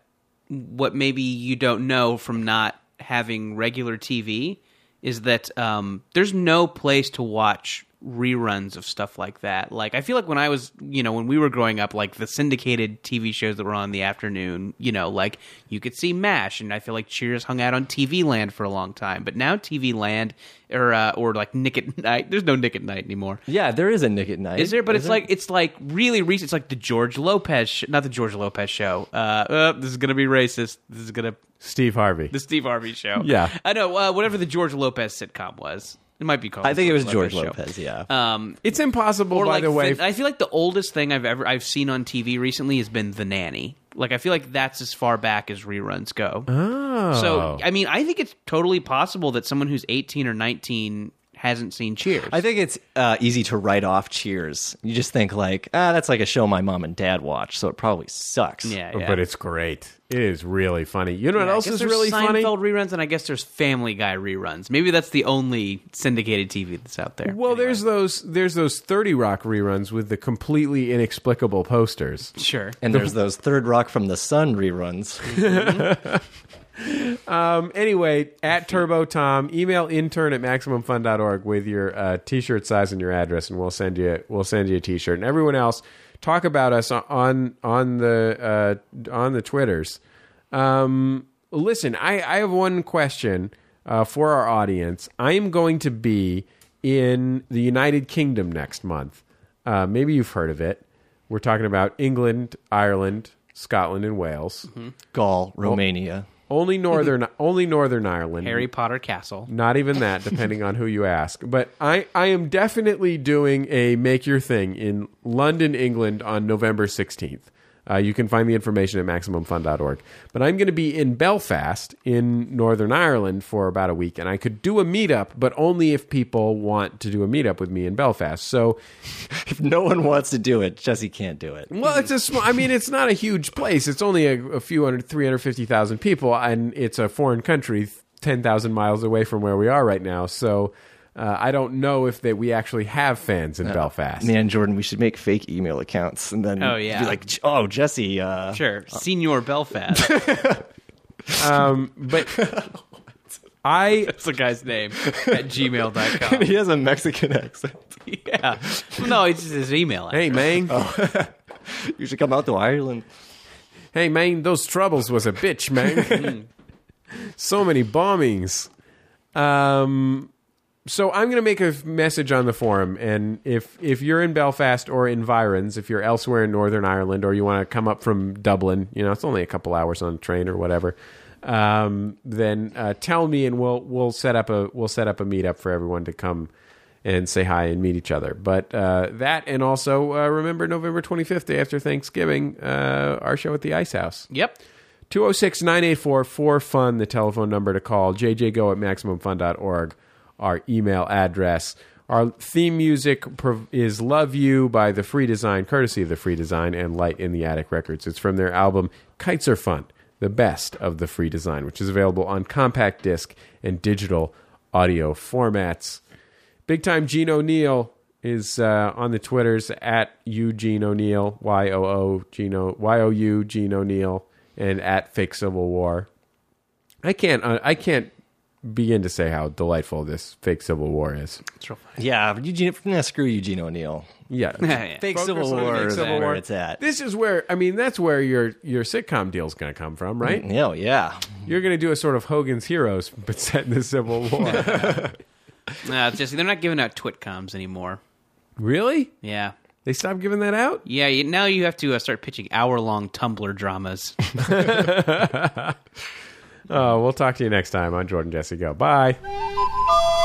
Speaker 4: what maybe you don't know from not having regular TV is that um, there's no place to watch reruns of stuff like that. Like I feel like when I was, you know, when we were growing up, like the syndicated TV shows that were on in the afternoon, you know, like you could see MASH, and I feel like Cheers hung out on TV Land for a long time, but now TV Land or uh, or like Nick at Night, there's no Nick at Night anymore.
Speaker 5: Yeah, there is a Nick at Night.
Speaker 4: Is there? But it's
Speaker 5: isn't
Speaker 4: like it's like really recent. It's like the George Lopez, sh- not the George Lopez show. Uh, uh, this is gonna be racist. This is gonna
Speaker 3: Steve Harvey.
Speaker 4: the Steve Harvey show.
Speaker 3: Yeah.
Speaker 4: I know. Uh, whatever the George Lopez sitcom was, it might be called.
Speaker 5: I
Speaker 4: the
Speaker 5: think it was George
Speaker 4: Show.
Speaker 5: Lopez. Yeah.
Speaker 4: Um,
Speaker 3: it's impossible,
Speaker 4: or
Speaker 3: by
Speaker 4: like
Speaker 3: the way.
Speaker 4: Thin- I feel like the oldest thing I've ever I've seen on TV recently has been The Nanny. Like I feel like that's as far back as reruns go.
Speaker 3: oh.
Speaker 4: So I mean, I think it's totally possible that someone who's eighteen or nineteen hasn't seen Cheers.
Speaker 5: I think it's uh, easy to write off Cheers. You just think like, ah, that's like a show my mom and dad watch, so it probably sucks.
Speaker 4: yeah, yeah.
Speaker 3: But it's great. It is really funny. You know what
Speaker 4: I
Speaker 3: else
Speaker 4: guess
Speaker 3: is
Speaker 4: there's
Speaker 3: really funny?
Speaker 4: Seinfeld reruns, and I guess there's Family Guy reruns. Maybe that's the only syndicated TV that's out there.
Speaker 3: Well, there's those there's those Thirty Rock reruns with the completely inexplicable posters.
Speaker 4: sure.
Speaker 5: And there's those Third Rock from the Sun reruns.
Speaker 3: Um, anyway, at Turbo Tom, email intern at maximumfun.org with your uh, t-shirt size and your address, and we'll send you we'll send you a t-shirt. And everyone else, talk about us on on the uh, on the twitters. Um, listen, I, I have one question uh, for our audience. I am going to be in the United Kingdom next month. Uh, maybe you've heard of it. We're talking about England, Ireland, Scotland, and Wales.
Speaker 5: Gaul, Romania.
Speaker 3: Only northern, only Northern Ireland.
Speaker 4: Harry Potter Castle.
Speaker 3: Not even that, depending on who you ask. But I, I am definitely doing a make your thing in London, England on November 16th. Uh, you can find the information at MaximumFun.org. But I'm going to be in Belfast in Northern Ireland for about a week, and I could do a meetup, but only if people want to do a meetup with me in Belfast. So
Speaker 5: If no one wants to do it, Jesse can't do it.
Speaker 3: well, it's a small. I mean, it's not a huge place. It's only a, a few hundred, three hundred fifty thousand people, and it's a foreign country, ten thousand miles away from where we are right now. So, uh, I don't know if that we actually have fans in Belfast.
Speaker 5: Man, Jordan, we should make fake email accounts and then
Speaker 4: Oh, yeah.
Speaker 5: be like, oh, Jesse, uh,
Speaker 4: Sure, Senior Belfast.
Speaker 3: But I,
Speaker 4: That's the guy's name at gmail.com.
Speaker 5: he has a Mexican accent.
Speaker 4: Yeah. No, it's just his email.
Speaker 3: hey man,
Speaker 5: You should come out to Ireland.
Speaker 3: hey man, those troubles was a bitch, man. so many bombings. Um, so I'm going to make a f- message on the forum, and if if you're in Belfast or environs, if you're elsewhere in Northern Ireland, or you want to come up from Dublin, you know it's only a couple hours on train or whatever, um, then uh, tell me, and we'll we'll set up a we'll set up a meetup for everyone to come and say hi and meet each other. But uh, that, and also uh, remember November 25th, day after Thanksgiving, uh, our show at the Ice House.
Speaker 4: Yep.
Speaker 3: 206 984 4FUN, the telephone number to call. JJGo at MaximumFun.org, our email address. Our theme music prov- is Love You by The Free Design, courtesy of The Free Design and Light in the Attic Records. It's from their album Kites Are Fun, the best of The Free Design, which is available on compact disc and digital audio formats. Big time Gene O'Neill is uh, on the Twitters at Eugene O'Neill, Y O O Gene O Y O U Gene O'Neill, and at Fake Civil War. I can't uh, I can't begin to say how delightful this Fake Civil War is.
Speaker 5: Yeah, but Eugene, nah, screw Eugene O'Neill.
Speaker 3: Yeah.
Speaker 5: Fake
Speaker 3: Focus
Speaker 5: Civil
Speaker 3: on the
Speaker 5: War
Speaker 3: fake
Speaker 5: is
Speaker 3: Civil
Speaker 5: where
Speaker 3: War.
Speaker 5: it's at.
Speaker 3: This is where I mean that's where your your sitcom deal's going to come from, right?
Speaker 5: No, yeah.
Speaker 3: You're going to do a sort of Hogan's Heroes but set in the Civil War.
Speaker 4: No, it's just Uh, they're not giving out Twitcoms anymore.
Speaker 3: really?
Speaker 4: Yeah.
Speaker 3: They stopped giving that out?
Speaker 4: Yeah, you, now you have to uh, start pitching hour long Tumblr dramas.
Speaker 3: Oh, we'll talk to you next time on Jordan Jesse Go. Bye.